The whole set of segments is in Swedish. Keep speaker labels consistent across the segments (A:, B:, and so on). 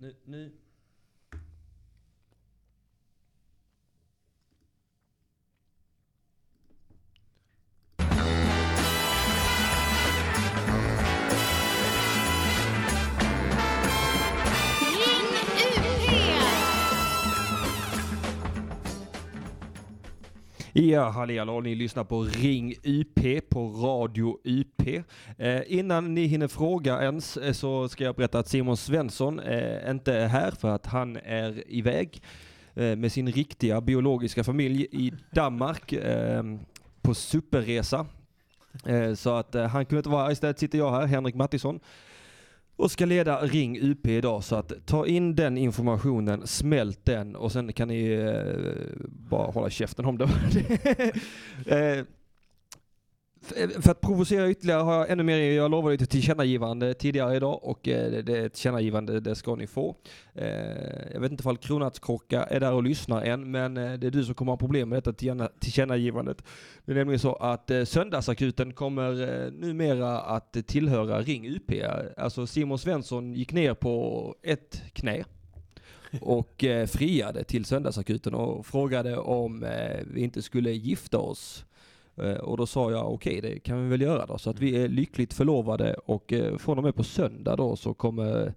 A: Nu, nu.
B: Ring UP!
A: Ja, halli hallå, ni lyssnar på Ring UP på Radio UP. Eh, innan ni hinner fråga ens eh, så ska jag berätta att Simon Svensson eh, inte är här för att han är iväg eh, med sin riktiga biologiska familj i Danmark eh, på superresa. Eh, så att eh, han kunde inte vara här, istället sitter jag här, Henrik Mattisson. och ska leda Ring UP idag. Så att ta in den informationen, smält den och sen kan ni eh, bara hålla käften om det. eh, f- för att provocera ytterligare har jag ännu mer, jag lovade ju ett tillkännagivande tidigare idag och eh, det, det är ett tillkännagivande, det ska ni få. Eh, jag vet inte ifall Kronärtskocka är där och lyssnar än, men eh, det är du som kommer ha problem med detta tillkänna- tillkännagivandet. Det är nämligen så att eh, Söndagsakuten kommer eh, numera att tillhöra Ring UP. Alltså Simon Svensson gick ner på ett knä och eh, friade till Söndagsakuten och frågade om eh, vi inte skulle gifta oss. Eh, och då sa jag okej, det kan vi väl göra då. Så att vi är lyckligt förlovade och eh, från och med på söndag då så kommer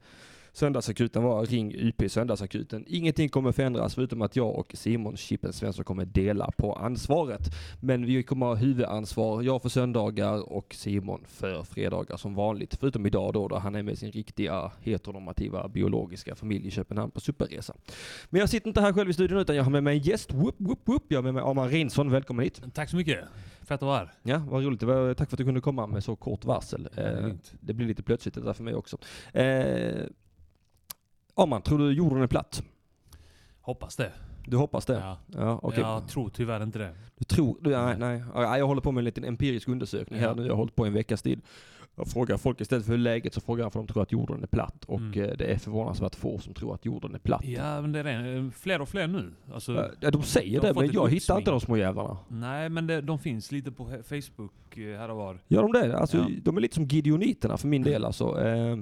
A: Söndagsakuten vara Ring UP Söndagsakuten. Ingenting kommer förändras förutom att jag och Simon Chippen Svensson kommer dela på ansvaret. Men vi kommer ha huvudansvar, jag för söndagar och Simon för fredagar som vanligt. Förutom idag då, då han är med sin riktiga heteronormativa biologiska familj i Köpenhamn på superresa. Men jag sitter inte här själv i studion utan jag har med mig en gäst. Whoop, whoop, whoop. Jag har med mig Arman Reinsson, välkommen hit.
C: Tack så mycket. Fett att vara här.
A: Ja, vad roligt. Det var, tack för att du kunde komma med så kort varsel.
C: det är
A: Eh,
C: lugnt.
A: det blir lite plötsligt det där för mig också. Eh, Arman, tror du jorden är platt?
C: Hoppas det.
A: Du hoppas det?
C: Ja.
A: Ja, okej.
C: Jag tror tyvärr inte det.
A: Du tror, du, nej, nej. Ja, Jag håller på med en liten empirisk undersökning här
C: Mm. Ja.
A: nu. Jag har hållit på i en veckas tid. Jag frågar folk istället för hur läget så frågar jag för de tror att jorden är platt. Och
C: Mm.
A: eh, det är förvånansvärt få som tror att jorden är platt. Eh,
C: Ja, men det är det. Fler och fler nu. Alltså,
A: Ja, de säger
C: Jag har
A: det,
C: fått
A: men
C: ett
A: jag hittar
C: uppsving.
A: inte de små jävlarna.
C: Nej, men det, de finns lite på he- Facebook eh, här och var.
A: Gör de det? Alltså,
C: Ja. Mm.
A: De är lite som gideoniterna för min del. Alltså. Eh,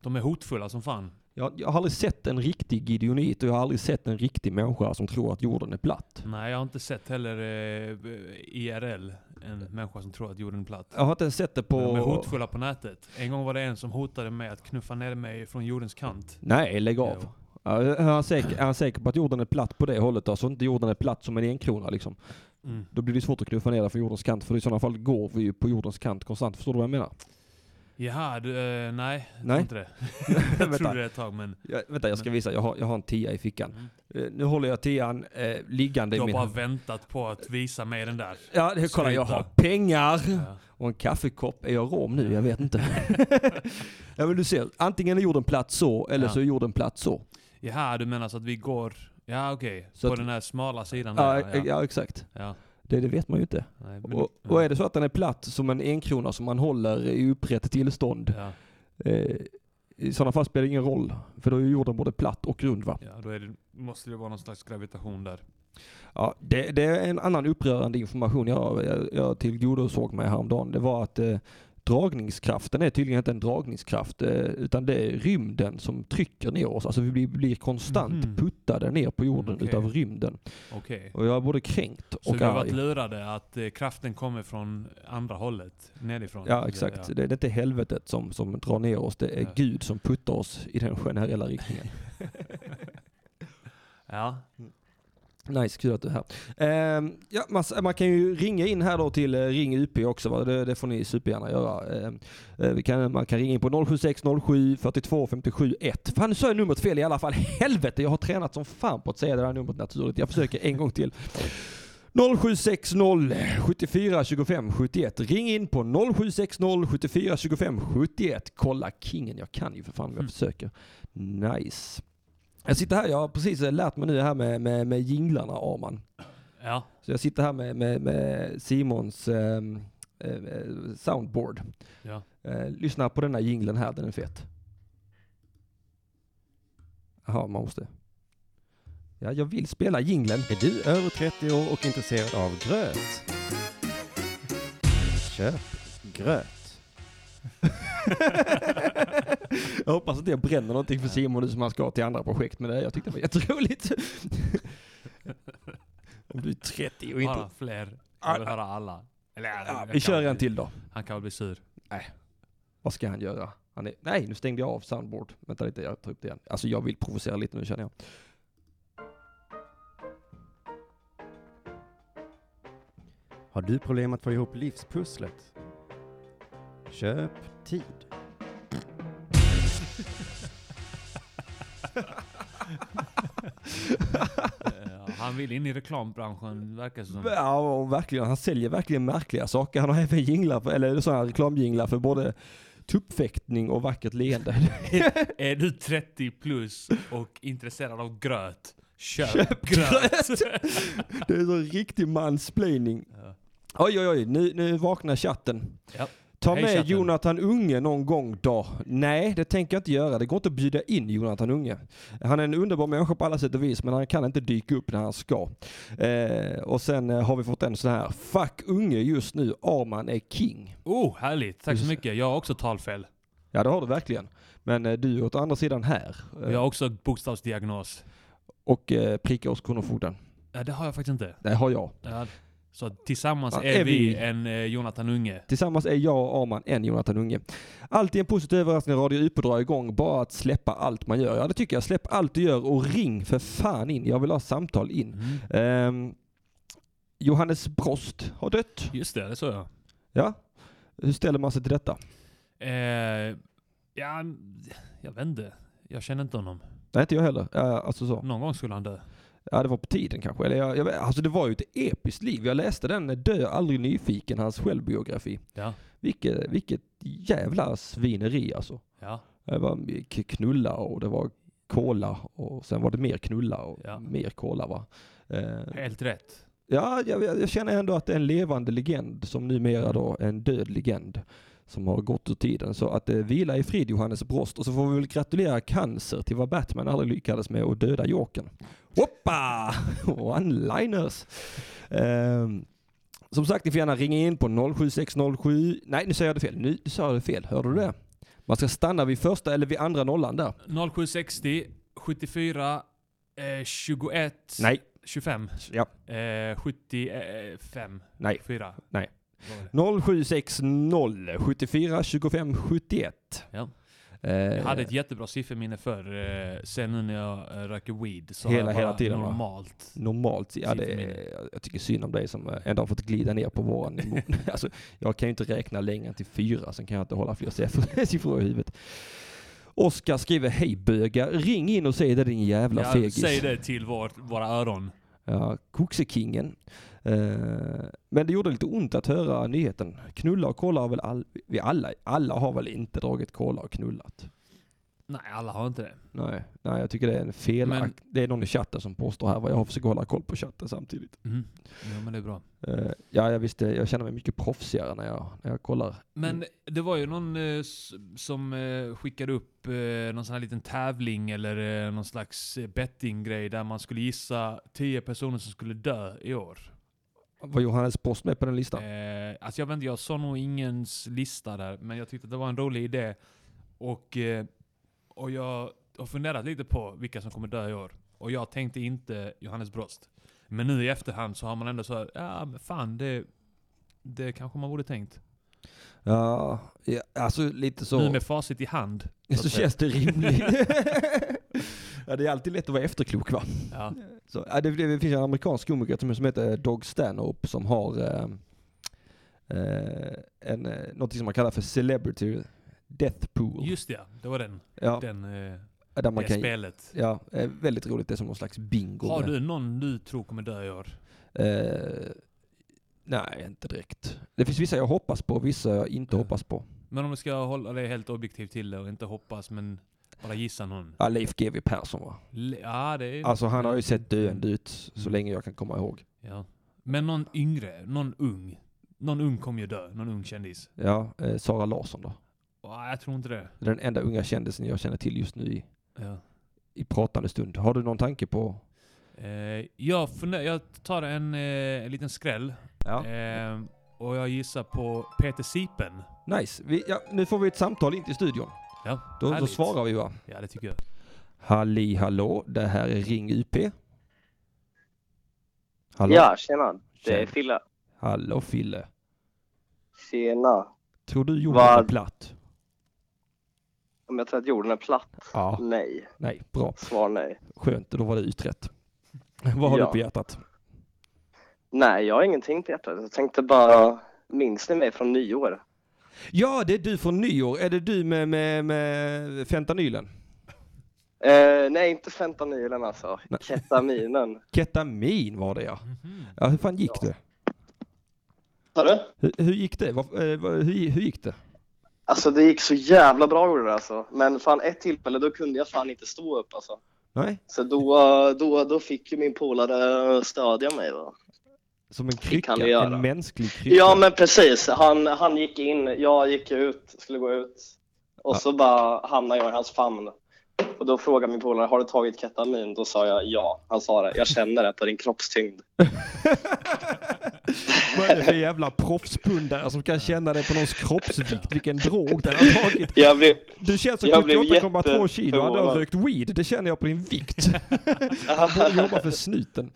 C: De är hotfulla som fan.
A: Jag, jag har aldrig sett en riktig gideonit och jag har aldrig sett en riktig människa som tror att jorden är platt.
C: Nej, jag har inte sett heller eh, IRL, en människa som tror att jorden är platt.
A: Jag har inte ens sett det på...
C: De är hotfulla på nätet. En gång var det en som hotade med att knuffa ner mig från jordens kant.
A: Nej, lägg av.
C: Jo.
A: Ja, Är han, säker, är han säker på att jorden är platt på det hållet då? Så inte jorden är platt som en enkrona liksom.
C: Mm.
A: Då blir det svårt att knuffa ner den från jordens kant. För i sådana fall går vi ju på jordens kant konstant. Förstår du vad jag menar?
C: Jaha, du, eh, nej. Jag tror
A: Nej.
C: inte det. jag
A: Vänta.
C: trodde det ett tag, men
A: Jag, vänta, jag ska visa. Jag har, jag har en tia i fickan.
C: Mm.
A: Eh, nu håller jag tian eh, liggande
C: du
A: i
C: har
A: min...
C: bara väntat på att visa mig den där.
A: Ja, det, kolla jag
C: Sluta.
A: har pengar!
C: Ja.
A: Och en kaffekopp. Är jag rom nu? Jag vet inte. ja, men du ser. Antingen är jorden platt så, eller
C: Ja.
A: så är jorden platt så.
C: Jaha, du menar så att vi går... Ja, okej.
A: Så
C: På
A: att-
C: den här smala sidan
A: Ja,
C: där.
A: ja.
C: Ja.
A: exakt.
C: ja.
A: Det, det vet man ju inte.
C: Nej, men,
A: Och, och är det så att den är platt som en enkrona som man håller i upprätt tillstånd.
C: ja,
A: Eh, I sådana fall spelar det ingen roll. För då är ju jorden både platt och rund va?
C: ja, då är det, måste det vara någon slags gravitation där.
A: Ja, det, det är en annan upprörande information jag, jag, jag tillgodosåg mig häromdagen. Det var att eh, dragningskraften är tydligen inte en dragningskraft. Eh, utan det är rymden som trycker ner oss. Alltså vi blir, blir konstant
C: Mhm.
A: puttade ner på jorden
C: Okej.
A: utav rymden.
C: Okej.
A: Och jag är både kränkt och
C: Så vi har varit
A: arg.
C: lurade att eh, kraften kommer från andra hållet, nedifrån.
A: Ja exakt.
C: Ja.
A: Det, det är inte helvetet som, som drar ner oss. Det är
C: Ja.
A: Gud som puttar oss i den generella riktningen.
C: ja.
A: Nice, kul att du är här. Ehm, ja, man, man kan ju ringa in här då till eh, Ring UP också. Va? Det, det får ni supergärna göra. Ehm, eh, vi kan, man kan ringa in på 076 07 42 57 1. Fan, nu sa jag numret fel i alla fall. Helvete, jag har tränat som fan på att säga det där numret naturligt. Jag försöker en gång till. 0760 74 25 71. Ring in på 0760 74 25 71. Kolla kingen, jag kan ju för fan om jag
C: Mm.
A: försöker. Nice. Jag sitter här, jag har precis eh, lärt mig nu det här med, med, med jinglarna Arman.
C: ja.
A: Så jag sitter här med, med, med Simons ehm, eh, soundboard.
C: Ja.
A: Eh, lyssna på den här jingeln här, den är fet. Jaha, man måste. Ja, jag vill spela jingeln.
D: Är du över 30 år och intresserad av gröt? Köp gröt.
A: Jag hoppas att jag bränner någonting för Simon nu som han ska ha till andra projekt. Men det, jag tyckte det var jätteroligt. Om du är 30 och inte...
C: Bara fler. Jag vill höra alla. Eller,
A: Ja,
C: jag
A: vi
C: kan
A: kör
C: bli-
A: en till då.
C: Han kan väl bli sur.
A: Vad ska han göra? Han är... Nej, nu stängde jag av soundboard. Vänta lite, jag tar upp det igen. Alltså jag vill provocera lite nu känner jag.
D: Har du problem att få ihop livspusslet? Köp tid.
C: Eh, han vill in i reklambranschen, verkar det som.
A: Mm. Ja, och verkligen. Han säljer verkligen märkliga saker. Han har även jinglar, för, eller sådana här reklamjinglar för både tuppfäktning och vackert leende.
C: Är du 30 plus och intresserad av gröt? Köp, gröt!
A: Det är så riktig mansplaining.
C: Ja.
A: Oj, oj, oj. Nu, nu vaknar chatten.
C: Ja.
A: Ta
C: Hej,
A: med
C: chatten.
A: Jonathan Unge någon gång då. Nej, det tänker jag inte göra. Det går inte att bjuda in Jonathan Unge. Han är en underbar människa på alla sätt och vis, men han kan inte dyka upp när han ska. Eh, och sen eh, har vi fått en sån här. Fuck Unge just nu. Arman är king.
C: Oh, härligt. Tack så
A: Just-
C: mycket. Jag har också talfel.
A: Ja det har du verkligen. Men eh, du är åt andra sidan här.
C: Och Jag har också bokstavsdiagnos.
A: Och eh, prickar hos Kronofogden.
C: Ja, det har jag faktiskt inte.
A: Det har jag.
C: Ja. Så tillsammans
A: Ja, är
C: är vi
A: vi-
C: en eh, Jonathan Unge.
A: Tillsammans är jag och Arman en Jonathan Unge. Alltid en positiv överraskning när Radio UP drar igång. Bara att släppa allt man gör. Ja det tycker jag. Släpp allt du gör och ring för fan in. Jag vill ha samtal in.
C: Mm.
A: Ehm, Johannes Brost har dött.
C: Just det, det sa jag.
A: Ja. Hur ställer man sig till detta?
C: Eh, ja, jag vet inte. Jag känner inte honom.
A: Nej inte jag heller. Ja, alltså så.
C: Någon gång skulle han dö.
A: Ja det var på tiden kanske. Eller jag, jag, vet- alltså det var ju ett episkt liv. Jag läste den eh, Dö aldrig nyfiken, hans självbiografi.
C: Ja.
A: Vilket, vilket jävla svineri alltså.
C: Ja.
A: Det var k- knulla och det var kola och sen var det mer knulla och
C: Ja.
A: mer kola va. Eh,
C: Helt rätt.
A: ja, jag, jag jag känner ändå att det är en levande legend som numera då är en död legend som har gått ur tiden. Så att eh, vila i frid Johannes Brost och så får vi väl gratulera Cancer till vad Batman aldrig lyckades med att döda Jokern. Hoppa! One-liners! Ehm, som sagt, ni får gärna ringa in på 07607. Nej, nu säger jag det fel. Nu sa jag det fel. Hörde du det? Man ska stanna vid första eller vid andra nollan där.
C: 0760 74 eh, 21
A: Nej,
C: 25
A: ja,
C: eh, 75
A: nej.
C: 4.
A: Nej.
C: Vad var det?
A: 0760 74 25 71.
C: Ja.
A: Eh,
C: Jag hade ett jättebra sifferminne förr. Eh, sen nu när jag eh, röker weed så har
A: Hela-
C: jag bara
A: hela tiden, va?
C: normalt.
A: Normalt, ja, det
C: Sifferminne.
A: är, jag tycker synd om dig som eh, ändå har fått glida ner på våran nivå. alltså, jag kan ju inte räkna längre än till fyra, sen kan jag inte hålla fler siffror- siffror i huvudet. Oskar skriver, hej bögar, ring in och säg det din jävla
C: Ja,
A: fegis.
C: säg det till vårt, våra öron.
A: Ja, Koxekingen. Eh, men det gjorde lite ont att höra nyheten. Knulla och kolla har väl all, vi alla, alla har väl inte dragit kolla och knullat?
C: Nej, alla har inte det.
A: Nej, nej jag tycker det är en fel.
C: Men-
A: Det är någon i chatten som påstår här vad jag försöker hålla koll på chatten samtidigt.
C: Mm. Ja, men det är bra.
A: Eh, ja, jag visste, jag känner mig mycket proffsigare när jag, när jag kollar.
C: Men det var ju någon eh, s- som eh, skickade upp eh, någon sån här liten tävling eller eh, någon slags eh, bettinggrej där man skulle gissa 10 personer som skulle dö i år.
A: Var Johannes Post med på den listan?
C: Eh, alltså jag vet inte, jag såg nog ingens lista där, men jag tyckte att det var en rolig idé. Och, eh, och jag har funderat lite på vilka som kommer dö i år. Och jag tänkte inte Johannes Brost. Men nu i efterhand så har man ändå så här, ja men fan det, det kanske man borde tänkt.
A: Ja, ja, alltså lite så.
C: Nu med facit i hand.
A: så känns det rimligt. ja, det är alltid lätt att vara efterklok va?
C: Ja.
A: Så, ja, det, det finns en amerikansk komiker som, som heter Dog Stanhope som har eh, eh, en, eh, något som man kallar för Celebrity Death Pool.
C: Just det, ja, det var den.
A: ja,
C: den eh,
A: där man
C: det
A: kan,
C: spelet.
A: ja, eh, väldigt roligt. Det är som någon slags bingo.
C: Har du någon du tror kommer dö i år?
A: Eh, nej, inte direkt. Det finns vissa jag hoppas på och vissa jag inte
C: Ja.
A: hoppas på.
C: Men om du ska hålla dig helt objektiv till det och inte hoppas men bara gissa någon.
A: Ja, Leif GW Persson va?
C: Le- Ja, det är...
A: Alltså han har ju sett döende ut så
C: Mm.
A: länge jag kan komma ihåg.
C: Ja. Men någon yngre, någon ung. Någon ung kommer ju dö, någon ung kändis.
A: Ja, eh, Sara Larsson då.
C: Ah, jag tror inte det.
A: Det är Den enda unga kändisen jag känner till just nu i,
C: Ja.
A: i pratande stund. Har du någon tanke på?
C: Eh, jag, funde- jag tar en, eh, en liten skräll.
A: Ja.
C: Eh, och jag gissar på Peter Sipen.
A: Nice. Vi, ja, nu får vi ett samtal in till studion.
C: Ja,
A: Då, då
C: härligt.
A: svarar vi va?
C: Ja, det tycker jag.
A: Halli hallå, det här är Ring UP. Hallå?
E: Ja, tjena. Det är
A: Tjena.
E: Fille.
A: Hallå Fille.
E: Tjena.
A: Tror du jorden
E: Vad-
A: är platt?
E: Om jag tror att jorden är platt?
A: Ja.
E: Nej.
A: Nej, bra.
E: Svar nej.
A: Skönt, då var det utrett. Vad har
E: Ja.
A: du på hjärtat?
E: Nej, jag har ingenting på hjärtat. Jag tänkte bara, minns ni mig från nyår?
A: Ja, det är du från nyår. Är det du med, med, med fentanylen?
E: Eh, nej, inte fentanylen alltså. Ketaminen.
A: Ketamin var det ja. Ja, hur fan gick det?
E: Hör du?
A: Hur, hur gick det? Varf- eh, vad- hur, hur gick det?
E: Alltså det gick så jävla bra gjorde det alltså. Men fan ett tillfälle då kunde jag fan inte stå upp alltså.
A: Nej,
E: Så då, då, då fick ju min polare stödja mig va.
A: som en
E: kan
A: krycka.
E: du göra.
A: En mänsklig krycka.
E: Ja men precis, han, han gick in, jag gick ut, skulle gå ut. Och så bara hamnade jag i hans famn. Och då frågade min polare, har du tagit ketamin? Då sa jag ja. Han sa det, jag känner det på din kroppstyngd.
A: Vad är det för jävla proffspundare som kan känna det på någons kroppsvikt? Vilken drog den har tagit.
E: Jag blev,
A: Du känns som
E: Jag blev
A: 78,2 kilo. Ja, Du har
E: jätteförvånad.
A: rökt weed. Det känner jag på din vikt. Du borde jobba för snuten.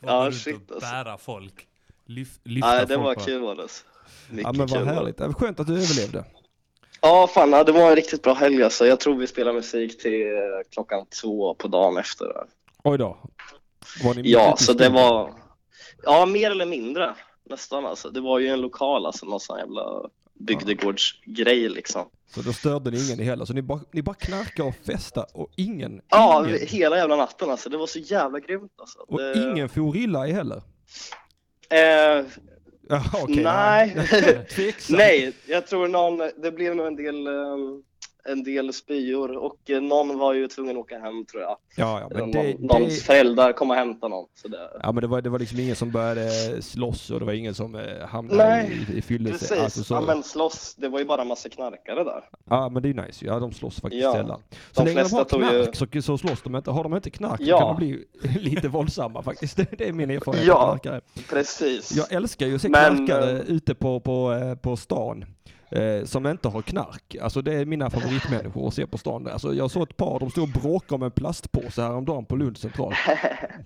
C: Bara
E: Ja,
C: gå runt och
E: shit, alltså.
C: Bära folk. Lyf, lyfta
E: nej det
C: folk
E: var
C: bara.
E: kul Anders.
A: Ja
E: Mycket
A: men vad
E: kul.
A: härligt. Ja, Skönt att du överlevde.
E: Ja, fan, ja, det var en riktigt bra helg alltså. Jag tror vi spelar musik till eh, klockan två på dagen efter. där.
A: Oj då. Var ni mitt
E: Ja,
A: ute i
E: så det
A: skogen?
E: var... Ja, mer eller mindre. Nästan alltså. Det var ju en lokal, alltså någon sån jävla bygdegårdsgrej liksom.
A: Så då störde ni ingen heller. Så ni bara, ni bara knarkade och festade och ingen,
E: Ja,
A: ingen
E: vi- hela jävla natten alltså. Det var så jävla grymt alltså.
A: och
E: det...
A: ingen for illa i heller.
E: Eh,
A: Ja, okej,
E: nej.
A: Tveksamt.
E: Nej, jag tror någon... Det blev nog en del... ehm, En del spyor och eh, någon var ju tvungen att åka hem tror jag.
A: Ja, ja, men
E: någon,
A: det,
E: Någons
A: det,
E: föräldrar kom och hämtade någon. Så det...
A: ja, men det, var, det var liksom ingen som började slåss och det var ingen som eh, hamnade
E: Nej,
A: i, i fyllelse.
E: Precis,
A: Alltså, så,
E: ja, men slåss, det var ju bara en massa knarkare där.
A: det är ju nice. Ja, de slåss faktiskt
E: Ja.
A: sällan. Så
E: De
A: länge de
E: flesta
A: har
E: tog ju-
A: knark så, så slåss de inte. Har de inte knark
E: Ja.
A: så kan de bli lite våldsamma faktiskt. Det, det är min erfarenhet
E: Ja.
A: av knarkare.
E: Precis.
A: Jag älskar ju att se
E: Men,
A: knarkare
E: eh,
A: ute på, på, eh, på stan eh, som inte har knark. Alltså det är mina favoritmänniskor att se på stan. där. Alltså, jag såg ett par, de stod och bråkade om en plastpåse häromdagen på Lunds central.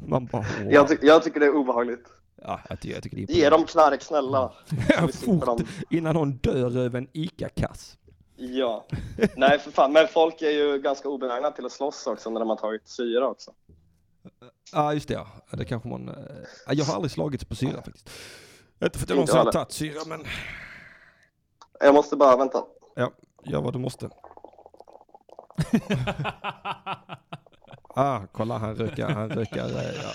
A: Man bara, åh.
E: Jag, ty- jag tycker det är obehagligt.
A: ja, jag, tycker, jag tycker det är
E: Ge dem knark snälla.
A: imponerande.
E: Vi
A: Fort
E: slipper dem.
A: innan hon dör över en ICA-kass.
E: Ja. Nej för fan, men folk är ju ganska obenägna till att slåss också när de har tagit syra också.
A: Ja just det ja. Ja, Det kanske man... eh, ja, Jag har aldrig slagits på syra faktiskt. Inte för att jag
E: Inte
A: någonsin har
E: heller.
A: tagit syra men...
E: Jag måste bara vänta.
A: Ja, gör vad du måste. ah, kolla han rökar, han rökar. eh, Ja.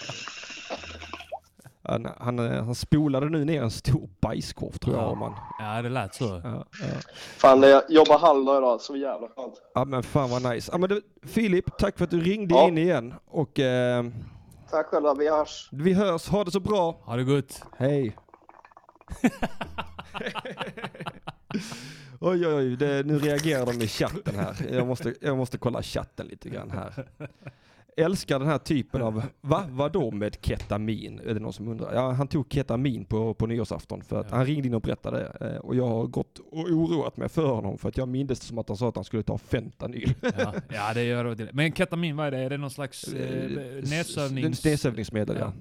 A: Han, han, eh, han spolade nu ner en stor bajskorv tror jag. Om han.
C: Ja, det lät så.
A: Ja, ja.
E: Fan, jag jobbar halvdag idag, så jävla skönt.
A: ja men fan vad nice. Ja, men du, Filip, tack för att du ringde
E: Ja.
A: in igen. Och eh,
E: Tack själva, vi hörs.
A: vi hörs, ha det så bra.
C: Ha det gott.
A: Hej. Oj, oj, oj. Det, nu reagerar de i chatten här. Jag måste, jag måste kolla chatten lite grann här. Älskar den här typen av, va? Vadå med ketamin? Är det någon som undrar? Ja, han tog ketamin på, på nyårsafton för att han ringde in och berättade eh, och jag har gått och oroat mig för honom för att jag mindes som att han sa att han skulle ta fentanyl.
C: Ja, ja det gör det. Men ketamin, vad är det? Är det någon slags eh, nedsövnings...
A: Nedsövningsmedel, ja.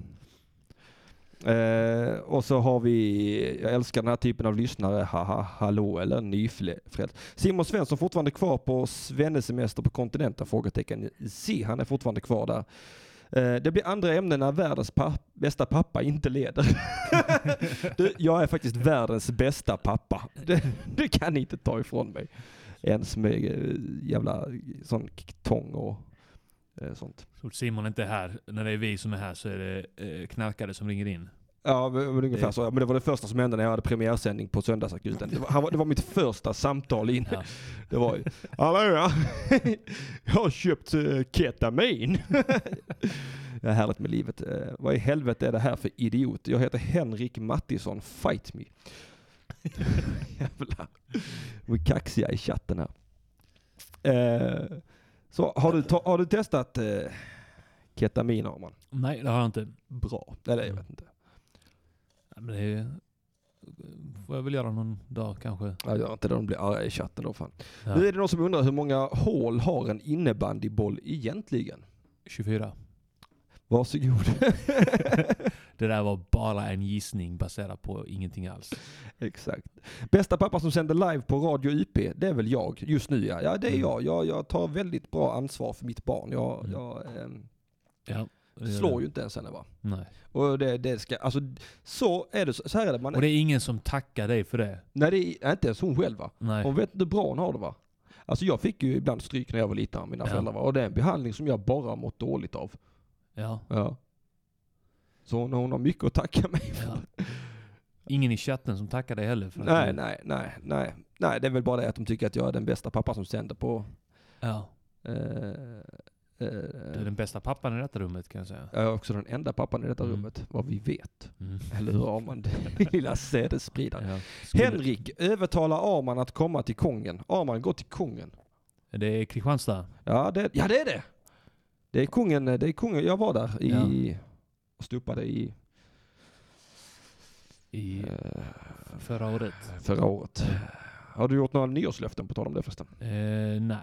A: Eh, och så har vi, jag älskar den här typen av lyssnare, haha, hallå eller nyfrälst. Simon Svensson fortfarande kvar på svennesemester på kontinenten? Frågetecken. Se, han är fortfarande kvar där. Eh, det blir andra ämnen när världens pa- bästa pappa inte leder. du, jag är faktiskt världens bästa pappa. Det, det kan ni inte ta ifrån mig. Ens med eh, jävla sån tång och eh, sånt.
C: Så Simon inte är här. När det är vi som är här så är det eh, knarkare som ringer in.
A: Ja, men men ungefär så. Ja, Men det var det första som hände när jag hade premiärsändning på Söndagsakuten. Det var, han var, det var mitt första samtal in.
C: Ja.
A: Det var ju, hallå ja. jag har köpt eh, ketamin. Det är härligt med livet. Eh, Vad i helvete är det här för idiot? Jag heter Henrik Mattisson, fight me. Jävlar. De är kaxiga i chatten här. Eh, Så har du, ta- har du testat eh, ketamin Arman?
C: Nej, det har jag inte.
A: Bra. Eller jag vet inte.
C: Ja, Men det är ju får jag väl göra någon dag kanske.
A: Ja, gör inte det. De blir arga i chatten då fan.
C: Ja.
A: Nu är det någon som undrar hur många hål har en innebandyboll egentligen?
C: 24.
A: Varsågod.
C: Det där var bara en gissning baserad på ingenting alls.
A: Exakt. Bästa pappa som sänder live på Radio UP, det är väl jag just nu ja. Ja det är
C: Mm.
A: jag. Jag, jag tar väldigt bra ansvar för mitt barn. Jag,
C: Mm.
A: jag ehm,
C: Ja, det gör
A: slår
C: det.
A: ju inte ens henne va.
C: Nej.
A: Och det, det ska, alltså så är det, så, så här är det. Man,
C: Och det är ingen som tackar dig för det.
A: Nej det är nej, inte ens hon själv va.
C: Nej.
A: Hon vet inte hur bra hon har det va. Alltså jag fick ju ibland stryk när jag var liten av mina
C: Ja.
A: föräldrar va. Och det är en behandling som jag bara har mått dåligt av.
C: Ja.
A: Ja. Så hon, hon har mycket att tacka mig för.
C: ja. Ingen i chatten som tackar dig heller för att
A: Nej,
C: du-
A: nej, nej, nej. Nej, det är väl bara det att de tycker att jag är den bästa pappa som sänder på...
C: Ja.
A: Eh,
C: Du är
A: eh,
C: den bästa pappan i detta rummet kan jag säga.
A: jag är också den enda pappan i detta
C: Mm.
A: rummet, vad vi vet.
C: Mm.
A: Eller hur Arman? Din lilla sädesspridare.
C: Ja. Skulle-
A: Henrik övertalar Arman att komma till Kongen. Arman, gå till Kongen.
C: Det är Kristianstad.
A: Ja, det, ja, det är det! Det är Kungen, det är Kungen. Jag var där i... Och stupade i
C: I
A: eh,
C: förra året.
A: förra året. Har du gjort några nyårslöften på tal om det förresten?
C: Eh, nej.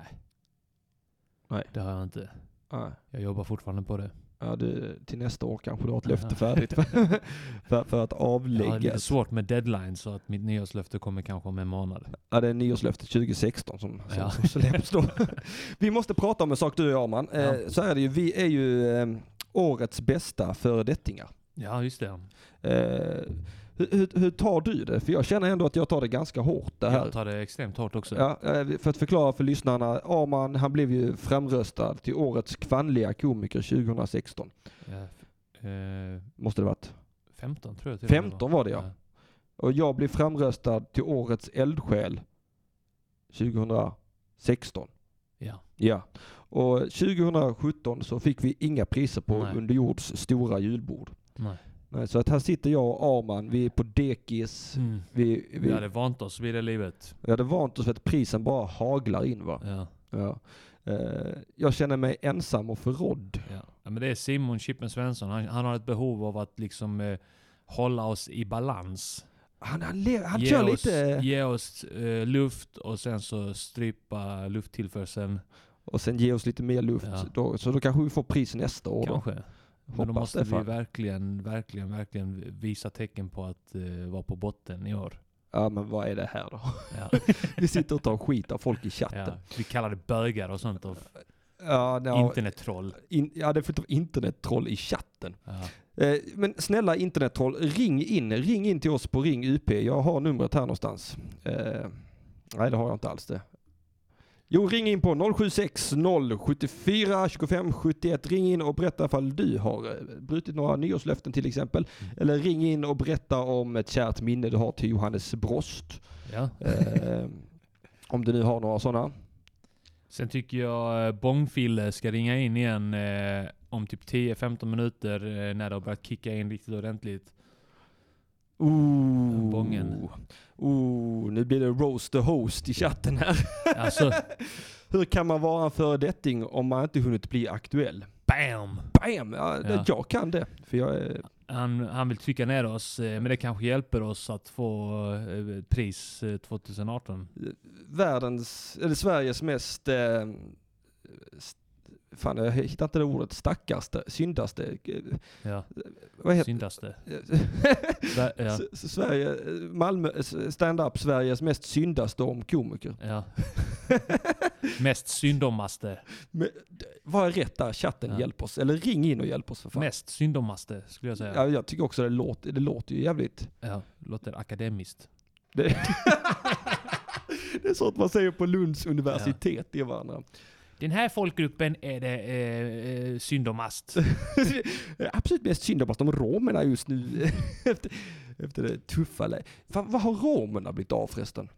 A: Nej.
C: Det har jag inte.
A: Nej.
C: Jag jobbar fortfarande på det.
A: Ja, du, till nästa år kanske du har ett
C: Ja.
A: löfte färdigt för, för, för att
C: Jag har
A: avlägga.
C: lite svårt med deadline så att mitt nyårslöfte kommer kanske om en månad.
A: Ja, det är nyårslöftet 2016 som, som,
C: Ja.
A: som släpps då. Vi måste prata om en sak du och jag, Arman. Eh,
C: Ja.
A: så här är det ju, vi är ju eh, årets bästa föredettingar.
C: Ja, just det.
A: Eh, hur, hur, hur tar du det? För jag känner ändå att jag tar det ganska hårt det här.
C: Jag tar det extremt hårt också.
A: Ja, eh, för att förklara för lyssnarna, Arman han blev ju framröstad till årets kvinnliga komiker 2016.
C: Ja, f- eh,
A: Måste det varit.
C: 15 tror jag till och med
A: 15 var det ja. Och jag blev framröstad till årets eldsjäl 2016.
C: Ja.
A: Ja. Och 2017 så fick vi inga priser på
C: Nej.
A: Underjords stora julbord.
C: Nej.
A: Nej, så att här sitter jag och Arman, vi är på dekis.
C: Mm.
A: Vi, vi,
C: Vi
A: ja, det...
C: hade vant oss vid det livet.
A: Vi hade vant oss vid att prisen bara haglar in va.
C: Ja,
A: Ja. Eh, jag känner mig ensam och förrådd.
C: ja. ja, men det är Simon Chippen Svensson. Han, han har ett behov av att liksom eh, hålla oss i balans.
A: Han, han, le- han
C: Ge
A: kör
C: oss,
A: lite...
C: Ge oss eh, luft och sen så strypa lufttillförseln.
A: Och sen ge oss lite mer luft.
C: Ja.
A: Då, så då kanske vi får pris nästa år. Då.
C: Kanske. Men då
A: Hoppas
C: måste
A: det,
C: vi
A: fan.
C: verkligen, verkligen, verkligen visa tecken på att eh, vara på botten i år.
A: Ja men vad är det här då?
C: Ja,
A: Vi sitter och tar skit av folk i
C: ja.
A: chatten.
C: Vi kallar det bögar och sånt och
A: Ja, ja,
C: internettroll.
A: in, ja det är fullt av internettroll i chatten.
C: Ja.
A: Eh, men snälla internettroll, ring in. Ring in till oss på Ring UP. Jag har numret här någonstans. Eh, nej det har jag inte alls det. Jo, ring in på 076 074 25 71. Ring in och berätta ifall du har eh, brutit några nyårslöften till exempel. Eller ring in och berätta om ett kärt minne du har till Johannes Brost.
C: Ja.
A: Eh, om du nu har några sådana.
C: Sen tycker jag eh, Bångfille ska ringa in igen eh, om typ 10-15 minuter eh, när det har börjat kicka in riktigt ordentligt.
A: Ooh.
C: Bången.
A: Ooh, nu blir det roast the host i chatten här.
C: Alltså,
A: Hur kan man vara en föredetting om man inte hunnit bli aktuell?
C: BAM!
A: Bam! Ja, det-
C: Ja.
A: Jag kan det. För jag är...
C: Han, han vill trycka ner oss, eh, men det kanske hjälper oss att få eh, pris eh, 2018.
A: världens, eller Sveriges mest, eh, st- fan jag hittar inte det ordet, stackarste, syndaste, eh,
C: Ja,
A: vad heter
C: syndaste.
A: det?
C: Där- Ja,
A: Sverige, eh, Malmö, eh, stand-up Sveriges mest syndaste om komiker.
C: ja. Mest syndomaste.
A: Men, d- vad är rätt där? Chatten
C: Ja.
A: hjälp oss, eller ring in och hjälp oss för fan.
C: Mest syndomaste skulle jag säga.
A: Ja, jag tycker också det låter, det låter ju jävligt...
C: Ja, låter akademiskt.
A: Det, det är sånt man säger på Lunds universitet till varandra.
C: Den här folkgruppen är det eh, eh, syndomast.
A: Absolut mest synd om att de romerna just nu efter, efter det tuffa läget. Fan, vad har romerna blivit av förresten?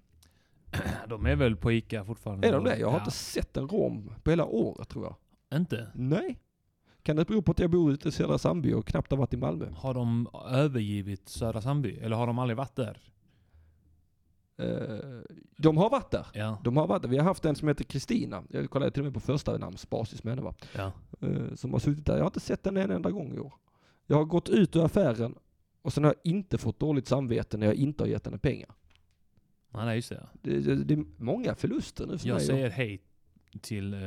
C: De är väl på Ica fortfarande?
A: Är de det? Jag har
C: Ja.
A: inte sett en rom på hela året tror jag.
C: Inte?
A: Nej. Kan det bero på att jag bor ute i södra Sandby och knappt har varit i Malmö?
C: Har de övergivit Södra Sandby? Eller har de aldrig varit där?
A: Eh, de har varit där.
C: Ja.
A: De har varit där. Vi har haft en som heter Kristina. Jag kollade till och med på första namnsbasis med henne va.
C: ja.
A: Eh, som har suttit där. Jag har inte sett henne en enda gång i år. Jag har gått ut ur affären och Och sen har jag inte fått dåligt samvete när jag inte har gett henne pengar.
C: Ja, nej, just det. ja.
A: Det, det, det är många förluster nu för
C: Jag
A: mig.
C: säger hej till eh,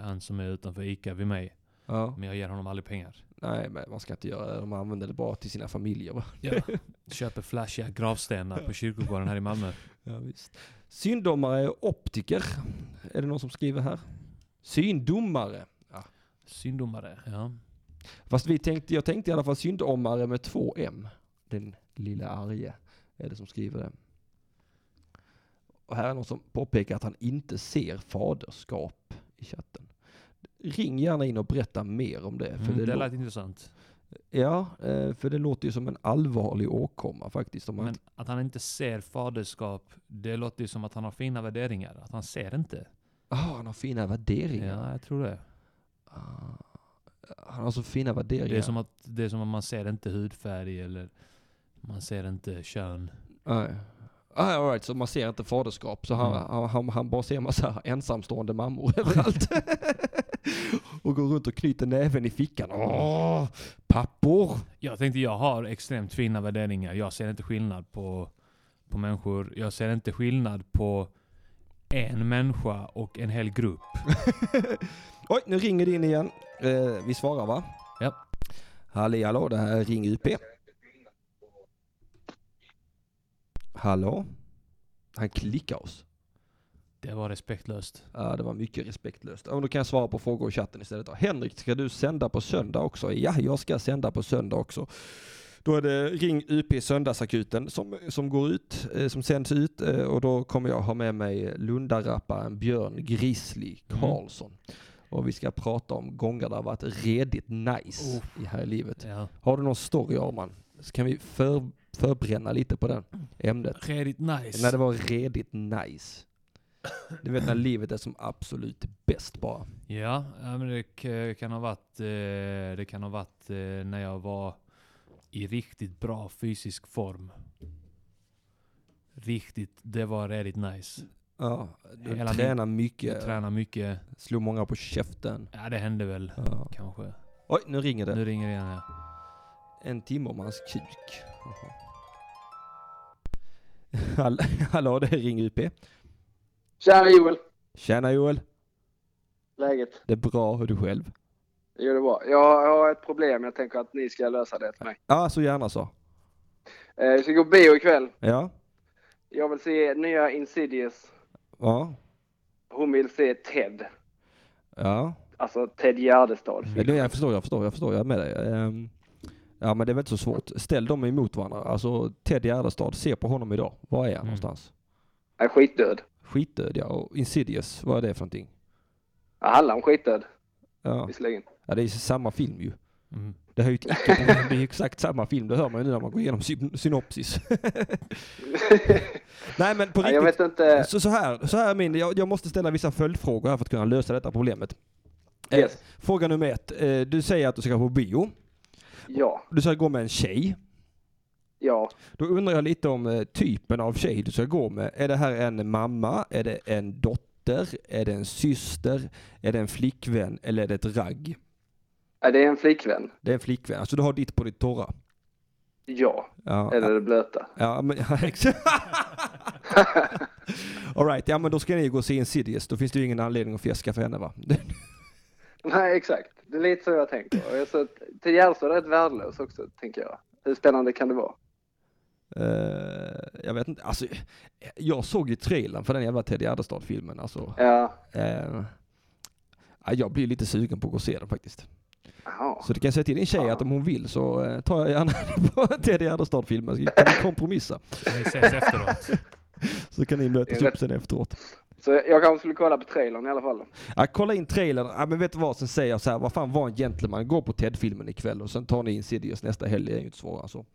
C: han som är utanför ICA vid mig.
A: Ja,
C: Men jag ger honom aldrig pengar.
A: nej, men man ska inte göra det. De använder det bara till sina familjer. Va?
C: Jag köper flashiga gravstenar på kyrkogården här i Malmö.
A: Ja, visst. Syndomare är optiker. Är det någon som skriver här? Syndomare.
C: Syndomare. Ja.
A: Fast vi tänkte, jag tänkte i alla fall syndomare med två M. Den lilla arge är det som skriver det. Och här är någon som påpekar att han inte ser faderskap i chatten. Ring gärna in och berätta mer om det. För
C: Mm,
A: det,
C: det
A: lå-
C: lät intressant.
A: ja, eh, för det låter ju som en allvarlig åkomma faktiskt. Om man
C: Men att han inte ser faderskap, det låter ju som att han har fina värderingar. Att han ser inte.
A: Ah, han har fina värderingar.
C: Ja, jag tror det.
A: Ah, han har så fina värderingar.
C: Det är som att, det är som att man ser inte hudfärg eller man ser inte kön.
A: Nej. Ah, all right, så man ser inte faderskap. Så han,
C: Mm.
A: han, han, han bara ser massa ensamstående mammor överallt. och går runt och knyter näven i fickan. Åh, pappor!
C: Jag tänkte jag har extremt fina värderingar. Jag ser inte skillnad på, på människor. Jag ser inte skillnad på en människa och en hel grupp.
A: Oj, nu ringer det in igen. Eh, vi svarar va?
C: Ja.
A: Halli hallå, det här är Ring UP. Hallå? Han klickar oss.
C: Det var respektlöst.
A: Ja, det var mycket respektlöst. Ja, men då kan jag svara på frågor i chatten istället. då. Henrik, ska du sända på söndag också? Ja, jag ska sända på söndag också. Då är det Ring UP Söndagsakuten som, som går ut, eh, som sänds ut eh, och då kommer jag ha med mig Lundarapparen Björn Grizzly
C: Mm.
A: Karlsson. Och vi ska prata om gånger det har varit redigt nice i här i livet.
C: Ja.
A: Har du någon story Arman? Så kan vi för, förbränna lite på det ämnet.
C: Redigt nice.
A: När det var redigt nice. Du vet när livet är som absolut bäst bara.
C: Ja, ja, men det k- kan ha varit, eh, det kan ha varit eh, när jag var i riktigt bra fysisk form. Riktigt, det var redigt nice.
A: Ja, du
C: Hela
A: tränar
C: Jag
A: mycket,
C: tränade mycket.
A: slog många på käften.
C: Ja, det hände väl
A: Ja.
C: kanske.
A: Oj, nu ringer det.
C: Nu ringer det igen ja.
A: En timme om hans kuk. Jaha. Hall- Hallå, det är Ring UP.
E: Tjena Joel!
A: Tjena Joel.
E: Läget?
A: Det är bra, hur är du själv?
E: Jo det är bra. Jag har ett problem. Jag tänker att ni ska lösa det till mig.
A: Ja, så gärna så.
E: Eh, vi ska gå bio ikväll.
A: Ja,
E: Jag vill se nya Insidious.
A: ja,
E: Hon vill se Ted.
A: ja.
E: Alltså Ted Gärdestad.
A: Ja, det- Jag förstår, jag förstår, jag förstår, jag är med dig. Ehm, Ja men det är väl inte så svårt. Ställ dem emot varandra. Alltså Ted Gärdestad, se på honom idag. Var är han någonstans?
E: Han är skitdöd.
A: Skitdöd ja, och Insidious, vad är det för någonting?
E: Han handlar om skitdöd
A: Ja,
E: visserligen.
A: ja det är ju samma film ju.
C: Mm.
A: Det här är ju ett icke det är ju exakt samma film, det hör man ju nu när man går igenom syn- synopsis. Nej men på
E: Ja, jag vet
A: riktigt,
E: inte.
A: så, så här, så här är min, jag, jag måste ställa vissa följdfrågor här för att kunna lösa detta problemet. Eh,
E: Yes.
A: Fråga nummer ett, Eh, du säger att du ska på bio,
E: Ja,
A: du ska gå med en tjej.
E: ja.
A: Då undrar jag lite om eh, typen av tjej du ska gå med. Är det här en mamma? Är det en dotter? Är det en syster? Är det en flickvän? Eller är det ett ragg?
E: Är det en flickvän?
A: Det är en flickvän. Alltså du har ditt på ditt torra.
E: Ja.
A: Ja,
E: Eller det blöta.
A: ja men exakt. All right, ja men då ska ni gå och se Insidious. Då finns det ju ingen anledning att fjäska för henne va?
E: Nej, exakt. Det är lite så jag tänker. Och jag så, till Gärdestad är rätt värdelös också, tänker jag. Hur spännande kan det vara?
A: Eh, jag vet inte, alltså jag såg ju trailern för den jävla Ted Gärdestad-filmen alltså.
E: Ja,
A: Eh, ja, jag blir lite sugen på att gå och se den faktiskt.
E: jaha.
A: Så du kan säga till din tjej att om hon vill så eh, tar jag gärna på Ted Gärdestad-filmen. Så kan vi kompromissa.
C: Vi ses efteråt.
A: Så kan ni mötas upp sen efteråt.
E: Så jag jag kanske skulle kolla på trailern i alla fall.
A: Ja, kolla in trailern. Ja, men vet du vad? Sen säger jag så här, vad fan var en gentleman? Gå på Ted-filmen ikväll och sen tar ni Insidious nästa helg. Det är ju inte svårare än så.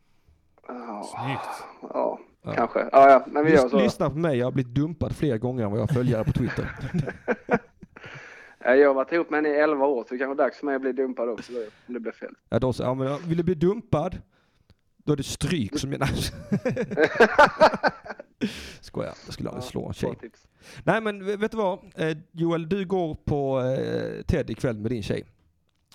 E: Ja,
C: Snyggt.
E: ja,
A: Ja.
E: kanske. Ja, ja, men vi gör
A: Lys-
E: så.
A: lyssna på mig, jag har blivit dumpad fler gånger än vad jag har följare på Twitter.
E: Ja, Jag har varit ihop med henne i 11 år, så det kanske är dags för mig att bli dumpad också. då, Om det blir fel.
A: Ja, då så, ja, men, ja, vill du bli dumpad? Då är det stryk som jag... Skojar, jag skulle aldrig slå en tjej.
E: Bra tips.
A: Nej men v- vet du vad? Eh, Joel, du går på eh, Ted ikväll med din tjej.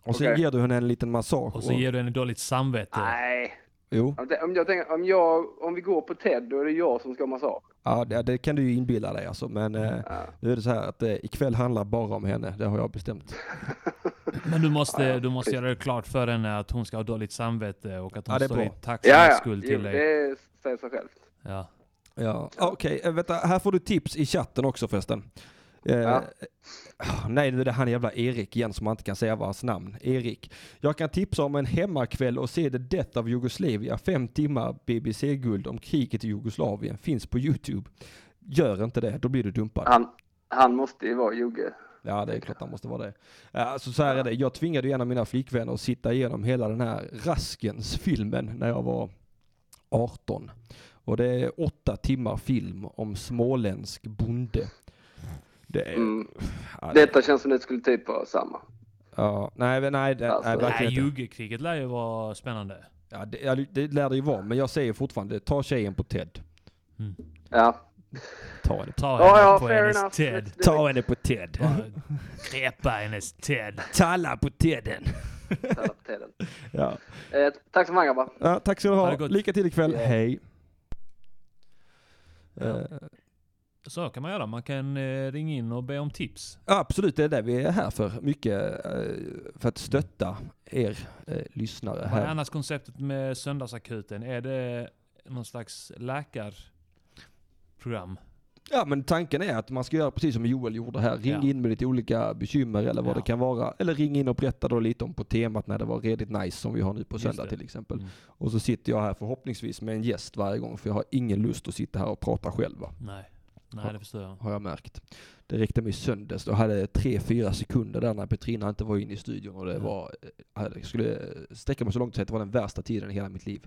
A: Och sen
E: Okej.
A: ger du henne en liten massage.
C: Och så ger du henne dåligt samvete.
E: Nej,
A: Jo,
F: Om jag- Om, jag tänker, om, jag, om vi går på Ted, då är det jag som ska ha massage.
A: ja, det, det kan du ju inbilla dig alltså. Men eh,
F: Ja.
A: nu är det så här att eh, ikväll handlar bara om henne. Det har jag bestämt.
C: Men du måste, du måste
F: precis.
C: göra det klart för henne att hon ska ha dåligt samvete och att hon
A: Ja, det är
C: står i
A: bra.
F: Ja, ja.
C: tacksamhetsskuld
F: Jo,
C: till dig.
F: det säger sig självt.
C: Ja.
A: Ja, okej. eh, Vänta, här får du tips i chatten också förresten. Eh,
F: Ja.
A: ah, Nej, nu är det han jävla Erik igen som man inte kan säga vad hans namn. Erik. Jag kan tipsa om en hemmakväll och se The Death of Jugoslavia. Fem timmar BBC-guld om kriget i Jugoslavien. Finns på YouTube. Gör inte det, då blir du dumpad.
F: Han, han måste ju vara jugge.
A: Ja, det är klart han måste vara det. Eh, Alltså, så här är det. Jag tvingade ju en av mina flickvänner att sitta igenom hela den här Raskens-filmen när jag var 18. Och det är åtta timmar film om småländsk bonde. Det är...
F: Mm.
A: Ja, det-
F: Detta känns som det skulle typ vara samma.
A: ja, nej, men nej, det,
F: Alltså.
A: nej,
C: Nej,
A: verkligen inte.
C: juggekriget lär ju vara spännande.
A: Ja, det, ja, det lär det ju vara, men jag säger fortfarande, ta tjejen på Ted.
F: Ja.
A: Ta henne på,
C: Ta henne
F: Ja, ja,
C: på
F: fair
C: hennes
F: enough.
C: Ted.
F: Det-
A: ta henne på Ted.
C: Bara Grepa hennes Ted.
A: Talla på Teden.
F: Tala på tiden.
A: Ja.
F: Eh, tack så mycket grabbar.
A: Ja, tack ska du
C: Ha
A: ha.
C: det gott.
A: Lycka till ikväll.
F: Ja.
A: Hej.
C: Ja.
A: Eh,
C: Så kan man göra. Man kan eh, ringa in och be om tips.
A: Ja, absolut, det är det vi är här för. Mycket eh, för att stötta er eh, lyssnare
C: Vad är
A: här.
C: annars konceptet med söndagsakuten? Är det någon slags läkarprogram?
A: Ja, men tanken är att man ska göra precis som Joel gjorde här. Ring
C: Ja.
A: in med lite olika bekymmer eller vad
C: Ja.
A: det kan vara. Eller ring in och berätta då lite om på temat när det var redigt nice som vi har nu på
C: Just
A: söndag
C: det.
A: till exempel.
C: Mm.
A: Och så sitter jag här förhoppningsvis med en gäst varje gång för jag har ingen lust att sitta här och prata själv. Va?
C: Nej. Nej, det förstår jag.
A: Har jag märkt. Det räckte mig söndags. Jag hade tre, fyra sekunder där när Petrina inte var inne i studion och det
C: Ja.
A: var, jag skulle sträcka mig så långt att säga att det var den värsta tiden i hela mitt liv.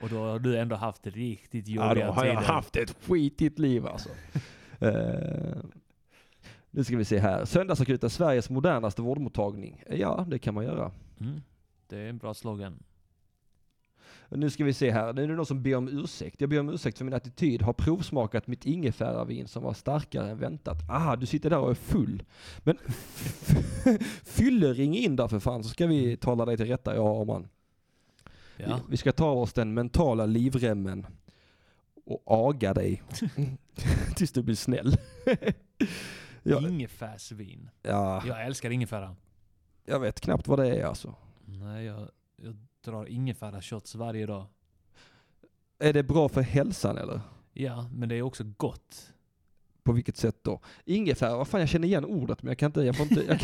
C: och då har du ändå haft riktigt
A: Ja, då
C: jobbiga
A: har jag
C: tider.
A: haft ett skitigt liv alltså. Eh, nu ska vi se här. Söndagsakuten, Sveriges modernaste vårdmottagning. Eh, Ja, det kan man göra.
C: Mm. Det är en bra slogan.
A: Nu ska vi se här. Nu är det någon som ber om ursäkt. Jag ber om ursäkt för min attityd. Har provsmakat mitt ingefäravin som var starkare än väntat. Ah, du sitter där och är full. Men fyller ring in där för fan så ska vi tala dig till rätta, jag och man.
C: Ja.
A: Vi, vi ska ta av oss den mentala livremmen och aga dig tills du blir snäll. ja, Ah.
C: Ingefärsvin.
A: ja,
C: Jag älskar ingefära.
A: jag vet knappt vad det är alltså.
C: Nej, jag, jag drar ingefärashots varje dag.
A: Är det bra för hälsan eller?
C: Ja, men det är också gott.
A: På vilket sätt då? Ingefära, vad fan jag känner igen ordet men jag kan inte, jag får inte, jag,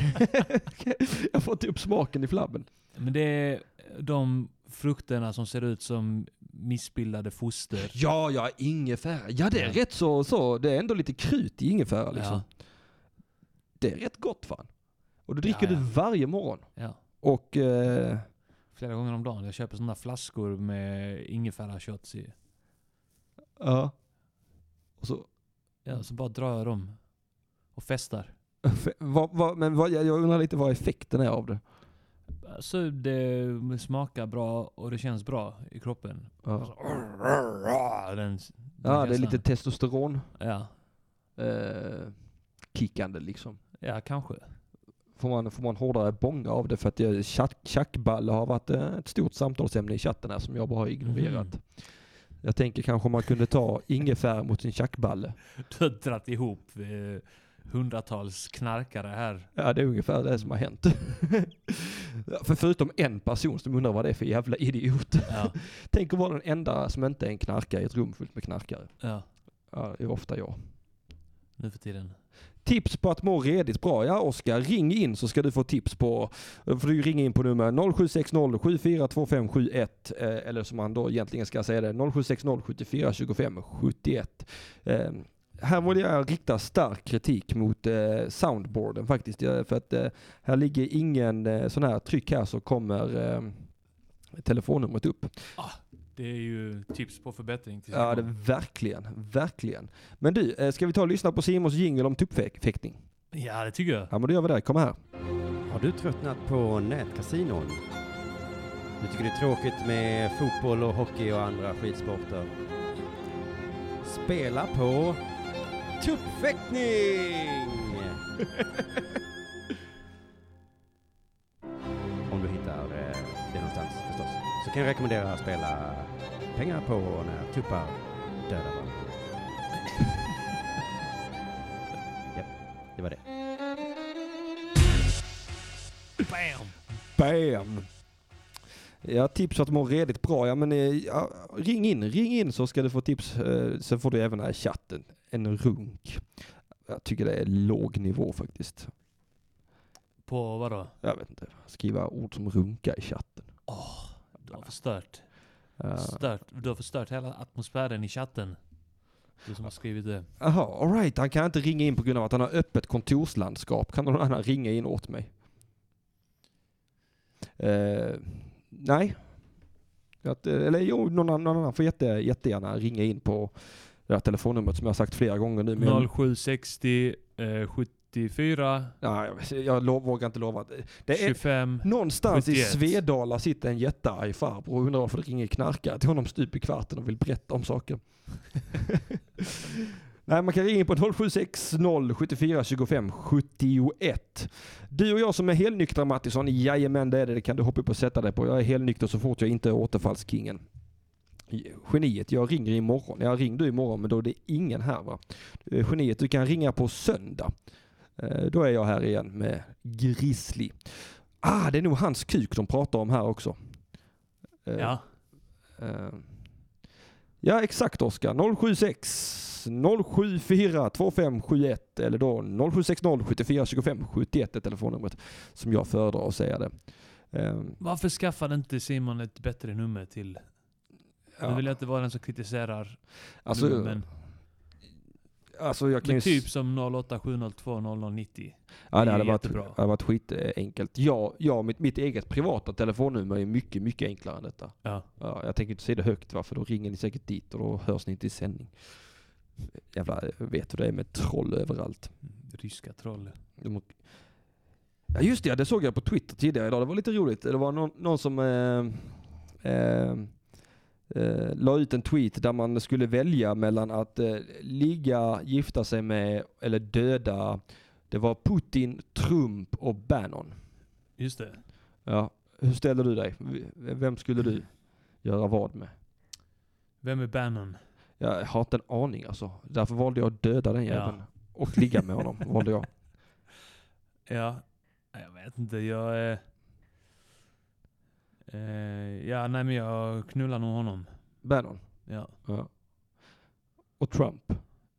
A: kan, jag får inte upp smaken i flabben.
C: Men det är de frukterna som ser ut som missbildade foster.
A: Ja, ja, ingefära. Ja det är
C: Ja.
A: rätt så, så, det är ändå lite krut i ingefära liksom.
C: Ja,
A: Det är rätt gott fan. Och då dricker
C: Ja, ja.
A: du varje morgon.
C: ja.
A: Och eh,
C: Flera gånger om dagen. Jag köper sådana flaskor med ingefärashots i.
A: Ja. Och så, Mm.
C: Ja, så bara drar jag dem. Och festar.
A: Fe- vad, vad, men vad, jag undrar lite vad effekten är av det.
C: Så det smakar bra och det känns bra i kroppen.
A: Ja,
C: Ja, den, den
A: ja det är
C: känslan.
A: lite testosteron
C: Ja,
A: eh, kickande liksom.
C: ja kanske.
A: Får man, får man hårdare bånga av det för att jag- tjack, tjackballe har varit eh, ett stort samtalsämne i chatten här som jag bara har ignorerat.
C: Mhm.
A: Jag tänker kanske man kunde ta ingefära mot sin tjackballe.
C: Du har dratt ihop eh, hundratals knarkare här.
A: Ja det är ungefär det som har hänt. Ja, för förutom en person som undrar vad det är för jävla idiot.
C: Ja,
A: Tänk att vara den enda som inte är en knarkare i ett rum fullt med knarkare.
C: ja,
A: Ja, det är ofta jag.
C: nu för tiden.
A: Tips på att må redigt bra. Ja, Oskar, ring in så ska du få tips på... Då får du ringa in på nummer 0760-742571. Eh, eller som man då egentligen ska säga det, 0760-742571. Eh, här vill jag rikta stark kritik mot eh, soundboarden faktiskt. Eh, För att eh, här ligger ingen eh, sån här tryck här så kommer eh, telefonnumret upp.
C: Det är ju tips på förbättring. Till
A: Ja, det, verkligen, verkligen. Men du, eh, ska vi ta och lyssna på Simons jingel om tuppfäktning?
C: ja, det tycker jag.
A: Ja, men då gör vi det. Kom här.
D: Har du tröttnat på nätkasinon? Du tycker det är tråkigt med fotboll och hockey och andra skidsporter? Spela på tuppfäktning! Om om du hittar eh, det någonstans förstås. Så kan jag rekommendera att spela pengar på när tuppar dödar varandra. ja, det var det.
C: Bam!
A: Bam! Jag tipsat mår redigt bra. Ja, men, eh, ja, ring in, ring in så ska du få tips. Eh, sen får du även här i chatten en runk. Jag tycker det är låg nivå faktiskt.
C: På vadå?
A: Jag vet inte. Skriva ord som runka i chatten.
C: Du har förstört.
A: Eh,
C: Stört, du har förstört hela atmosfären i chatten. Du som har skrivit det.
A: Jaha, all alright. Han kan inte ringa in på grund av att han har öppet kontorslandskap. Kan någon annan ringa in åt mig? Eh, nej. Att, eh, eller jo, någon annan, någon annan får jätte, jättegärna ringa in på det här telefonnumret som jag har sagt flera gånger nu. Men jag,
C: 0760 eh, 74
A: nej, jag vet- jag lov, vågar inte lova. att- Det är,
C: 25.
A: någonstans i
C: 71.
A: Svedala sitter en jättearg farbror och undrar varför det ringer knarkare till honom stup i kvarten och vill berätta om saker. Nej, man kan ringa in på 0760 74 25 71. Du och jag som är helnyktra Mattisson, jajamän det är det, det kan du hoppa upp och sätta dig på. Jag är helnykter så fort jag inte är återfallskingen. Geniet, jag ringer imorgon. Jag ringde imorgon men då är det ingen här va. Eh, Geniet, du kan ringa på söndag. Eh, Då är jag här igen med Grizzly. Ah, det är nog hans kuk de pratar om här också. Eh,
C: Ja.
A: Eh, Ja, exakt Oskar. 076 074 2571 eller då 0760 74 25 71 är telefonnumret som jag föredrar att säga det. Eh,
C: Varför skaffade inte Simon ett bättre nummer till? Nu
A: Ja,
C: vill jag inte vara den som kritiserar
A: alltså,
C: numren.
A: alltså jag kan ju...
C: Men
A: s-
C: typ som 08-702 0090.
A: ja, det hade
C: det är
A: varit,
C: jättebra.
A: det hade varit skitenkelt. Ja, ja mitt, mitt eget privata telefonnummer är mycket, mycket enklare än detta.
C: Ja.
A: Ja, jag tänker inte säga det högt va, för då ringer ni säkert dit och då hörs ni inte i sändning. Jävla, jag vet hur det är med troll överallt.
C: Mm, Ryska troll.
A: De... Ja just det, ja, det såg jag på Twitter tidigare idag. Det var lite roligt. Det var någon, någon som eh, eh, eh, la ut en tweet där man skulle välja mellan att eh, ligga, gifta sig med eller döda. Det var Putin, Trump och Bannon.
C: Just det.
A: Ja, hur ställer du dig? V- Vem skulle du göra vad med?
C: Vem är Bannon?
A: Jag har inte en aning alltså. Därför valde jag att döda den
C: Ja.
A: jäveln. Och ligga med honom valde jag.
C: Ja. Nej, Jag vet inte, jag är... Eh, ja, nej men jag knullar nog honom.
A: Bannon.
C: Ja.
A: Ja. Och Trump.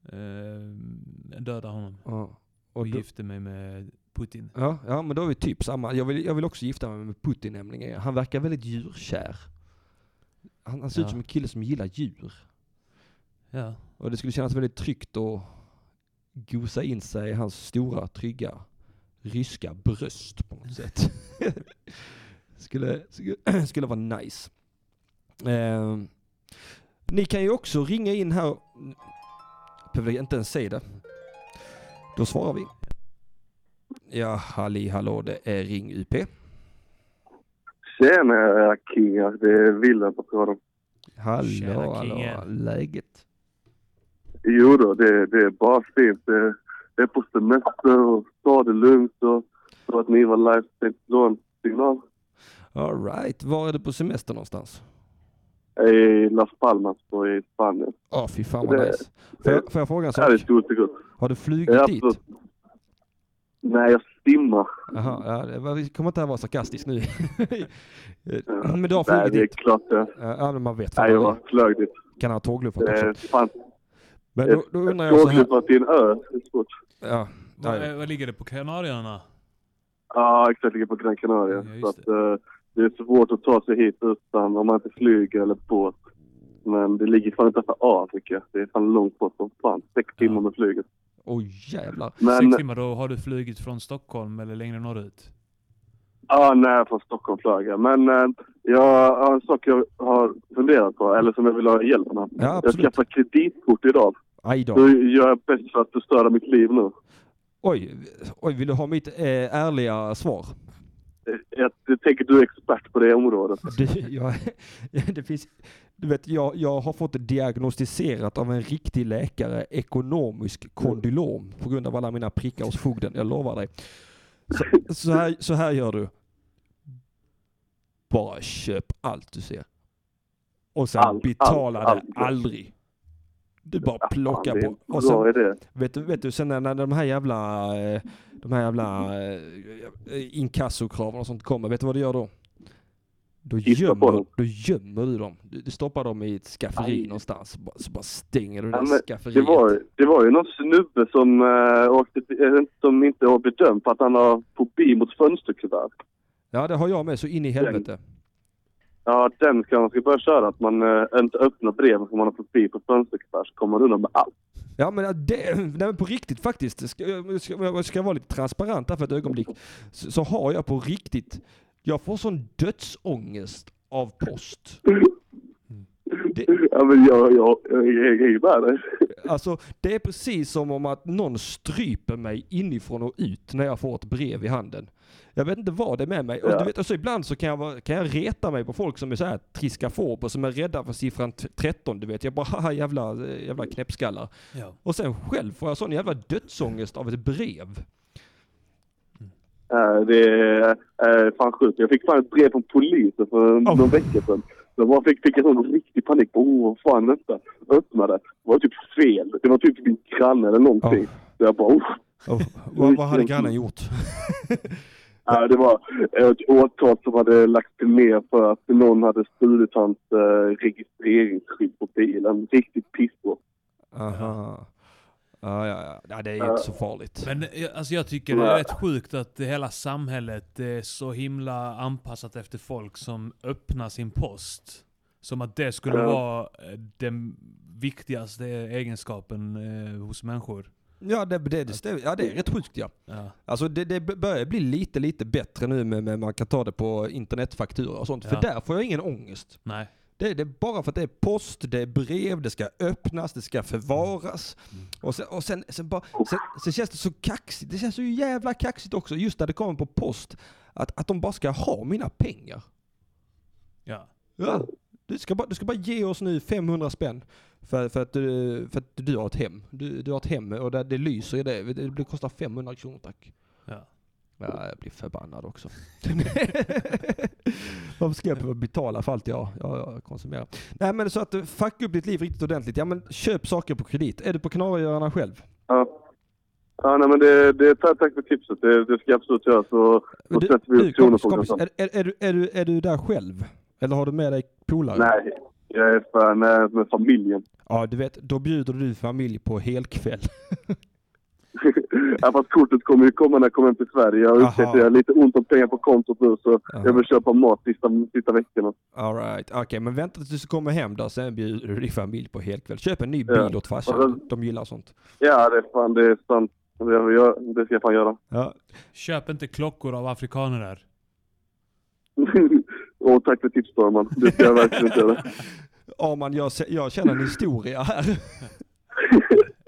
C: Eh, dödar honom.
A: Ja.
C: Och
A: då-
C: gifter mig med Putin.
A: Ja, ja, men då är vi typ samma. Jag vill, jag vill också gifta mig med Putin nämligen. Han verkar väldigt djurkär. Han, han ser ut
C: Ja.
A: som en kille som gillar djur.
C: Ja.
A: Och det skulle kännas väldigt tryggt att gosa in sig i hans stora, trygga, ryska bröst på något sätt. skulle, skulle, skulle vara nice. Ehm, ni kan ju också ringa in här. Behöver jag inte ens säga det. Då svarar vi. Ja, halli hallå, det är Ring UP.
G: Tjena kingar, det är Wille på tråden.
A: Hallå,
C: Tjena,
A: hallå,
C: kingen.
A: läget?
G: Jo då, det, det är bara fint. Det, det är på semester och ta det lugnt och så att ni var live sänkt signal
A: All right, var är du på semester någonstans?
G: i Las Palmas och i Spanien.
A: Ja, fy fan vad
G: Det-
A: nice. Får jag, får jag fråga en
G: Ja, det är
A: sak?
G: stort och gott.
A: Har du flugit
G: Ja,
A: Alltså, dit?
G: absolut. Nej, jag simmar.
A: Jaha, ja, det var- vi kommer inte att vara sarkastisk nu. men du har
G: Nej,
A: flugit
G: det är
A: dit?
G: klart jag...
A: Ja, men man vet.
G: Nej,
A: fan,
G: jag
A: man
G: har flög dit.
A: kan ha tågluffat
G: Det
A: också.
G: är fan...
A: Men
G: ett-
A: då, då undrar jag så här.
G: Tågluffa till en ö, det är svårt.
A: Ja,
C: Vad, eh,
A: ja,
C: vad ligger det på Kanarieöarna?
G: Ja, exakt. Ligger på Gran Canaria.
C: Ja, just
G: så att, eh, det är svårt att ta sig hit utan om man inte flyger eller båt. Men det ligger fan utanför Afrika. Det är fan långt bort som fan. Sex timmar med flyget.
A: oj jävlar.
G: Men,
C: Sex timmar, då har du flugit från Stockholm eller längre norrut?
G: ja, nej, från Stockholm flög jag. Men eh, jag har en sak jag har funderat på, eller som jag vill ha hjälp med.
A: Ja,
G: jag
A: absolut.
G: skaffade kreditkort idag.
A: Aj då.
G: Hur gör jag bäst för att förstöra mitt liv nu?
A: Oj, oj, vill du ha mitt eh, ärliga svar?
G: Eh, Jag, jag tänker att du är expert på det området.
A: Du, jag, det finns, du vet, jag, jag har fått diagnostiserat av en riktig läkare
G: Mm.
A: ekonomisk kondylom på grund av alla mina prickar hos fogden. Jag lovar dig. Så, så, här, så här gör du. bara köp allt du ser. Och sen
G: Allt, allt,
A: betala det
G: allt.
A: aldrig. Du bara
G: Fan, det
A: plockar
G: är en
A: på.
G: bra
A: Och sen,
G: idé.
A: Vet du, vet du sen när, när de här jävla, eh, de här jävla eh, eh, inkassokraven och sånt kommer, vet du vad du gör då? Då
G: Kissa på
A: gömmer,
G: dem.
A: då gömmer du dem. Du, du stoppar dem i ett skafferi
G: Aj.
A: någonstans. Så bara, så bara stänger du
G: Ja,
A: det
G: men
A: skafferiet.
G: Det var, det var ju någon snubbe som, eh, åkte, eh, som inte har bedömt för att han har fobi mot fönsterkuvert.
A: Ja, det har jag med så in i helvete.
G: Ja, den ska man ska börja köra. Att man eh, inte öppnar breven som man har fobi på fönsterkuvert så kommer man undan med allt.
A: Ja, men att det, nej, men på riktigt faktiskt. Ska, jag- ska, jag- ska jag vara lite transparent här för ett ögonblick. Så, så har jag på riktigt, jag får sån dödsångest av post. Mm. Det-
G: Ja, men jag, jag, jag, jag, jag är ju med dig.
A: Alltså det är precis som om att någon stryper mig inifrån och ut när jag får ett brev i handen. Jag vet inte vad det är med mig. Och du
G: Ja.
A: vet, alltså, ibland så kan jag, vara- kan jag reta mig på folk som är så här triskafober, som är rädda för siffran t- 13. Du vet, jag bara haha jävla, eh, jävla knäppskallar.
C: Ja.
A: Och sen själv får jag sån jävla dödsångest av ett brev.
G: Eh, Det är eh, fan sjukt. Jag fick fan ett brev från polisen för
A: Oh.
G: någon vecka sedan. De bara fick, fick en sån riktig panik. Åh, oh, vad fan är detta? Öppnade. Det var typ fel. Det var typ min granne eller någonting.
A: Oh.
G: Så jag bara, oh.
A: vad, vad hade grannen gjort?
G: Eh, Det var ett åtal som hade lagts ner för att någon hade stulit hans eh, registreringsskydd på bilen. Riktigt pissigt.
A: Aha. Ja, ja, ja. Nej, det är inte så farligt.
C: Men eh, alltså jag tycker det är rätt sjukt att eh, hela samhället eh, är så himla anpassat efter folk som öppnar sin post. Som att det skulle
G: Ja.
C: vara eh, den viktigaste egenskapen eh, hos människor.
A: Ja, det, det, det, ja, det är rätt sjukt ja.
C: Ja.
A: Alltså det, det börjar bli lite, lite bättre nu med, med man kan ta det på internetfaktura och sånt. För
C: Ja.
A: där får jag ingen ångest.
C: Nej.
A: Det, det är bara för att det är post, det är brev, det ska öppnas, det ska förvaras. Och sen, och sen, sen, bara, sen, sen känns det så kaxigt. Det känns så jävla kaxigt också just när det kommer på post. Att, att de bara ska ha mina pengar.
C: Ja.
A: Ja. Du, ska bara, du ska bara ge oss nu 500 spänn. För, för, att, du, för att du har ett hem. Du, du har ett hem och där det lyser i det. Det det kostar 500 kronor tack.
C: Ja.
A: Ja, jag blir förbannad också. Varför ska jag behöva betala för allt jag, jag, jag konsumerar? Nej men så att eh, fuck upp ditt liv riktigt ordentligt. Ja men köp saker på kredit. Är du på Kanarieöarna själv?
G: Ja. Ja, nej, men det, det, tack, tack för tipset. Det, det ska jag absolut göra. Så,
A: Men
G: så
A: du-
G: sätter vi
A: du,
G: upp
A: kompis,
G: kronofogden
A: kompis,
G: sen.
A: är, är, är, du- är, du, är du där själv? Eller har du med dig polare?
G: Nej, jag är fan eh, med familjen.
A: Ja du vet, då bjuder du familj på helkväll.
G: ja, fast kortet kommer ju komma när jag kommer hem till Sverige. Jag har
A: Aha.
G: upptäckt att jag har lite ont om pengar på kontot nu så
A: Aha.
G: jag vill köpa mat sista, sista veckorna.
A: Alright, okej men vänta tills du kommer hem då, sen bjuder du din familj på helkväll. Köp en ny bil
G: Ja.
A: åt farsan. De gillar sånt.
G: Ja, det är fan, det är sant. Det, jag, det ska jag fan göra.
A: Ja.
C: Köp inte klockor av afrikaner där.
G: Och tack för tips Norman. Det ska jag verkligen inte göra.
A: Arman, jag, se- jag känner en historia här.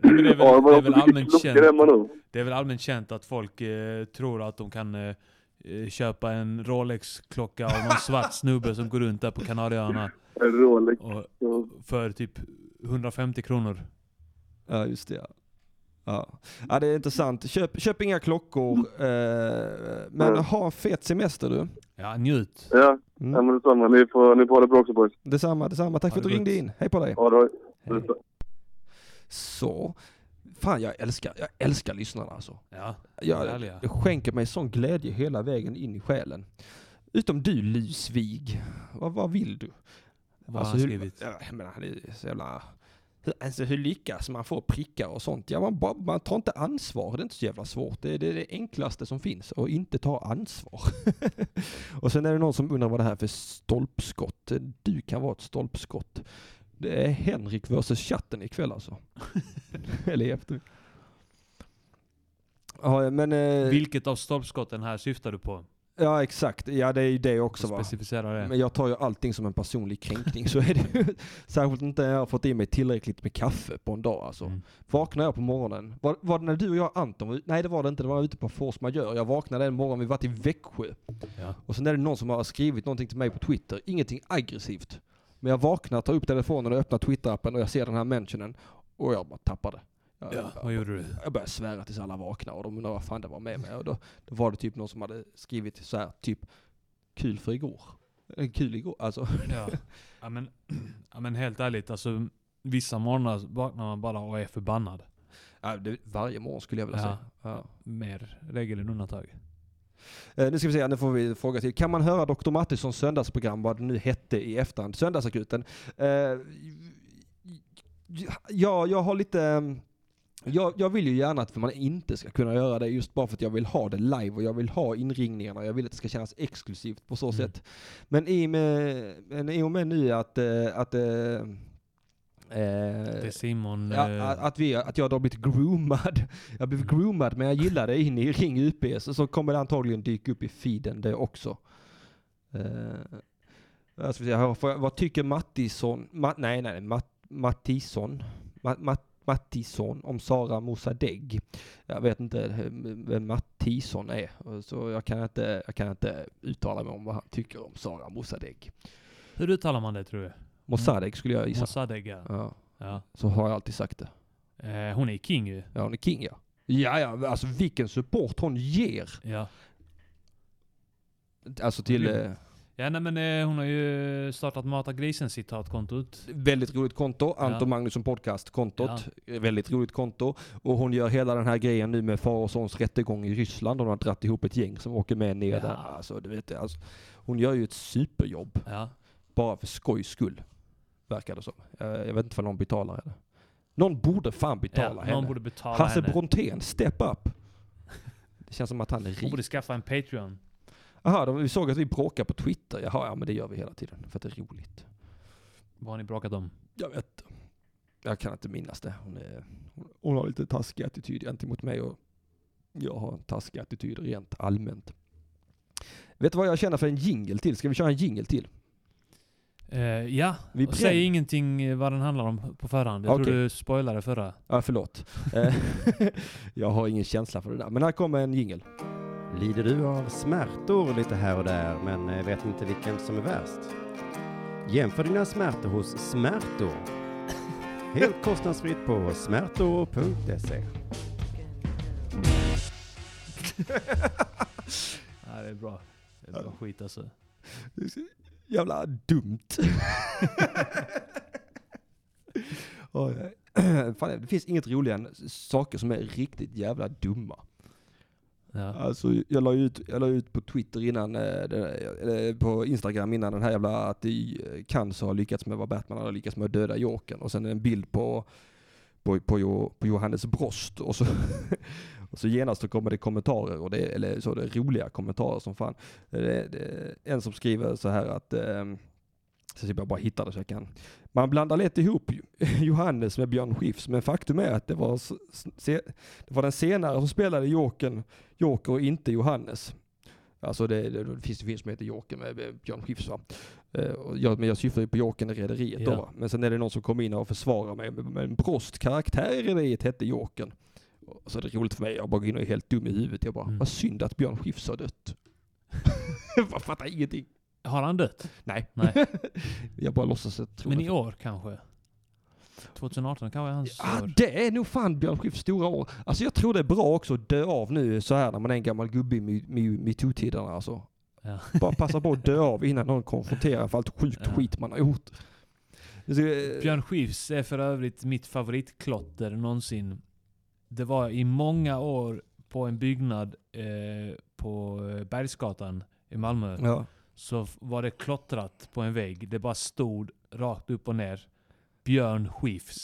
C: Men det är väl,
G: Ja,
C: det är
G: vad
C: väl
G: mycket
C: allmänt
G: klockor
C: känt.
G: hemma nu.
C: Det är väl allmänt känt att folk eh, tror att de kan eh, eh, köpa en Rolex-klocka av någon svart snubbe som går runt där på Kanarieöarna.
G: En Rolex.
C: och- För typ 150 kronor.
A: Ja, just det. Ja. Ja. ja, det är intressant. Köp, köp inga klockor. Eh, men
G: Mm.
A: ha en fet semester du.
C: Ja, njut.
G: Ja, ja
A: Mm.
G: men detsamma. Ni får, ni får ha det bra också boys.
A: Detsamma, detsamma. Tack
C: Ha
A: för att du
C: det
A: ringde
C: gott.
A: in. Hej på dig.
G: Ha det.
A: Hej. Så. Fan, jag älskar, jag älskar lyssnarna alltså.
C: Ja,
A: Jag
C: härliga.
A: det skänker mig sån glädje hela vägen in i själen. Utom du, Lysvig. Vad, vad vill du?
C: Vad har han
A: hur-
C: skrivit?
A: Ja, Jag menar, han är ju så jävla... Hur, alltså hur lyckas man få prickar och sånt? Ja, man, bara, man tar inte ansvar, det är inte så jävla svårt. Det är det, är det enklaste som finns, att inte ta ansvar. och sen är det någon som undrar vad det här är för stolpskott. Du kan vara ett stolpskott. Det är Henrik versus chatten ikväll alltså. Eller i efter. Ja, men... Eh,
C: Vilket av stolpskotten här syftar du på?
A: ja, exakt. Ja, det är ju det också va.
C: Specificera det.
A: Men jag tar ju allting som en personlig kränkning. så är det ju. Särskilt inte när jag har fått i mig tillräckligt med kaffe på en dag alltså.
C: Mm.
A: Vaknar jag på morgonen. Var, var det när du och jag Anton var ut- Nej det var det inte. Det var ute på Force Majeure. Jag vaknade en morgon. Vi varit i Växjö.
C: Ja.
A: Och sen är det någon som har skrivit någonting till mig på Twitter. Ingenting aggressivt. Men jag vaknar, tar upp telefonen och öppnar Twitter-appen och jag ser den här mentionen. Och jag bara tappar det. Jag,
C: Ja, vad gjorde du?
A: jag började svära tills alla vaknade och de undrade vad fan det var med mig. Och då, då var det typ någon som hade skrivit så här typ kul för igår. En kul igår alltså.
C: Ja. Ja, men, ja, men helt ärligt, alltså, vissa morgnar vaknar man bara och är förbannad.
A: Ja, det, varje morgon skulle jag vilja
C: Ja.
A: säga. Ja.
C: Mer regel än undantag.
A: Eh, nu ska vi se, nu får vi en fråga till. Kan man höra Dr. Mattissons söndagsprogram, vad det nu hette i efterhand, Söndagsakuten? Eh, ja, jag har lite... ehm, Jag, jag vill ju gärna att man inte ska kunna göra det just bara för att jag vill ha det live och jag vill ha inringningarna. Jag vill att det ska kännas exklusivt på så
C: Mm.
A: sätt. Men i och med, men i och med nu att, eh, att eh, eh,
C: Det är Simon...
A: Ja,
C: eh,
A: att, att, vi, att jag då har blivit groomad. Jag har blivit groomad men jag gillar det in i Ring UP så, så kommer det antagligen dyka upp i feeden det också. Eh, alltså, jag ska säga, här får jag- vad tycker Mattisson, Ma, nej nej, Matt, Mattisson, Ma, Matt, Mattisson om Sara Mossadegh? Jag vet inte eh, vem Mattisson är så jag kan inte, jag kan inte uttala mig om vad han tycker om Sara Mossadegh.
C: Hur uttalar man det tror du?
A: Mossadegh skulle jag gissa.
C: Mossadegh ja.
A: Ja,
C: ja.
A: så har jag alltid sagt det.
C: Eh, hon är king ju.
A: Ja, hon är king ja. Ja, ja, alltså vilken support hon ger.
C: Ja.
A: Alltså till eh,
C: Ja nej men eh, hon har ju startat Mata Grisen citatkontot.
A: väldigt roligt konto. Anton
C: Ja.
A: Magnusson podcast-kontot. Eh, Väldigt roligt konto. Och hon gör hela den här grejen nu med far och sons rättegång i Ryssland. Hon har dratt ihop ett gäng som åker med ner
C: Ja.
A: där. Alltså, du vet, alltså, hon gör ju ett superjobb.
C: Ja.
A: Bara för skojs skull. Verkar det som. Eh, Jag vet inte om någon betalar henne. Någon borde fan
C: ja.
A: betala
C: Någon
A: henne.
C: borde betala
A: Hasse
C: henne.
A: Brontén, step up! Det känns som att han är
C: Hon
A: rik.
C: borde skaffa en Patreon.
A: Jaha, de, vi såg att vi bråkar på Twitter. Jaha, ja men det gör vi hela tiden för att det är roligt.
C: Vad har ni bråkat om?
A: Jag vet inte. Jag kan inte minnas det. Hon, är, hon, hon har lite taskig attityd gentemot mig och jag har en taskig attityd rent allmänt. Vet du vad jag känner för en jingle till? Ska vi köra en jingle till?
C: Eh, ja,
A: Vi
C: och säg
A: bränner-
C: ingenting eh, vad den handlar om på förhand. Jag
A: Okej.
C: tror du spoilade förra.
A: Ja, förlåt. Eh, jag har ingen känsla för det där. Men här kommer en jingle.
D: Lider du av smärtor lite här och där men eh, vet inte vilken som är värst? Jämför dina smärtor hos Smärtor. Helt kostnadsfritt på smärtor.se.
C: Ja, det är bra. Det är bra skit alltså.
A: Jävla dumt. Oj. Fan, det finns inget roligare än saker som är riktigt jävla dumma.
C: Ja.
A: Alltså, jag la ju ut, jag la ut på Twitter innan, eh, det- eller på Instagram innan den här jävla att i- eh, cancer har lyckats med vad Batman har lyckats med att döda Jokern. Och sen en bild på, på, på, Jo- på Johannes bröst. Och så, och så genast så kommer det kommentarer, och det, eller så är det roliga kommentarer som fan. Det, det, en som skriver så här att ehm, så typ jag bara hittar det så jag kan. Man blandar lätt ihop Johannes med Björn Skifs, men faktum är att det var, s- s- se, det var den senare som spelade Jokern Joker och inte Johannes. Alltså det, det, det finns en film som heter Joker med eh, Björn Skifs va? Eh, och jag, men jag syftar ju på Jokern i Rederiet då
C: Ja.
A: va? Men sen är det någon som kom in och försvarar mig. Men men Brost karaktär i Rederiet hette Jokern. Och Så är det roligt för mig, jag bara går in och är helt dum i huvudet. Jag bara,
C: Mm.
A: vad synd att Björn Skifs har dött. jag fattar ingenting.
C: Har han dött?
A: Nej.
C: Nej.
A: jag bara låtsas att tro
C: Men
A: det.
C: i år kanske? 2018 kanske är hans
A: Ja, ah,
C: år?
A: det är nog fan Björn Skifs stora år. Alltså jag tror det är bra också att dö av nu så här när man är en gammal gubbe i me- me- metoo-tiderna alltså.
C: Ja.
A: Bara passa på att dö av innan någon konfronterar för allt sjukt
C: Ja.
A: skit man har gjort. Så, eh,
C: Björn Skifs är för övrigt mitt favoritklotter någonsin. Det var i många år på en byggnad eh, på eh, Bergsgatan i Malmö.
A: ja.
C: Så f- var det klottrat på en vägg. Det bara stod rakt upp och ner. Björn Skifs.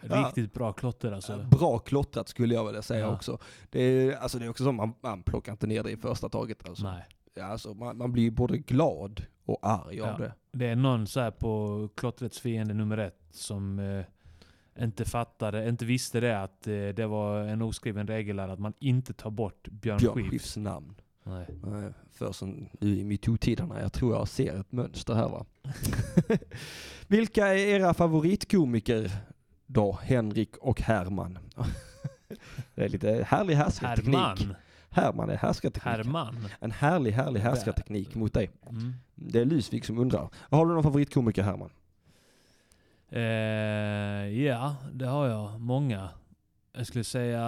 C: Riktigt bra klotter alltså.
A: Bra klottrat skulle jag vilja säga
C: Ja.
A: också. Det är, alltså det är också som man, man plockar inte ner det i första taget. Alltså.
C: Nej.
A: Ja, Alltså, man, man blir både glad och arg
C: Ja.
A: av det.
C: Det är någon så här på klottrets fiende nummer ett som eh, inte fattade, inte visste det att eh, det var en oskriven regel här att man inte tar bort Björn,
A: Björn
C: Skifs.
A: Skifs namn.
C: Nej.
A: Nej, Eh, för sen nu i metoo-tiderna. Jag tror jag ser ett mönster här va. Vilka är era favoritkomiker då? Henrik och Herman. det är lite härlig härskarteknik.
C: Herman.
A: Herman är härskarteknik.
C: Herman.
A: En härlig, härlig härskarteknik mot dig.
C: Mm.
A: Det är Lysvik som undrar. Har du någon favoritkomiker Herman?
C: Eh, ja, det har jag. Många. Jag skulle säga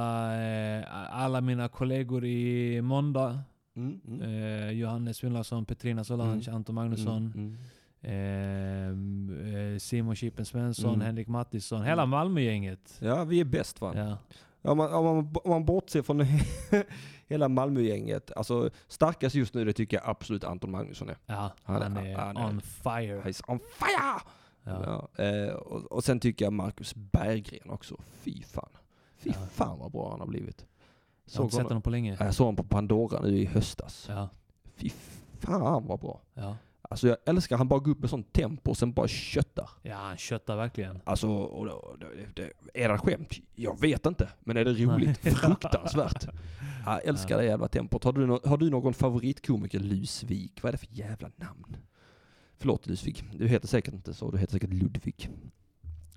C: eh, alla mina kollegor i måndag.
A: Mm, mm,
C: Eh, Johannes Gunnlagsson, Petrina Solange, Anton Magnusson,
A: mm, mm.
C: ehm, eh, Simon Chippen Svensson,
A: Mm.
C: Henrik Mattisson. Hela Malmögänget.
A: Ja, vi är bäst va?
C: Ja.
A: Om, man, om, man, om man bortser från hela Malmögänget. Alltså starkast just nu det tycker jag absolut Anton Magnusson är.
C: Ja,
A: Han
C: han,
A: är-
C: är
A: han är-
C: on fire.
A: He's on fire!
C: Ja.
A: Ja, eh, och, och sen tycker jag Marcus Berggren också. Fy fan. Fy
C: Ja.
A: fan vad bra han har blivit.
C: Jag har
A: Såg
C: inte sett
A: honom,
C: honom på länge.
A: jag såg honom på Pandora nu i höstas.
C: Ja,
A: Fy fan vad bra.
C: ja.
A: Alltså jag älskar, han bara går upp med sånt tempo och sen bara köttar.
C: ja han köttar verkligen.
A: Alltså, och då, det, det, är det skämt? Jag vet inte. Men är det roligt?
C: Nej.
A: Fruktansvärt. Jag älskar det jävla tempot. Har du, nå- har du någon favoritkomiker? Lusvik? Vad är det för jävla namn? Förlåt Lusvik, du heter säkert inte så. Du heter säkert Ludvig.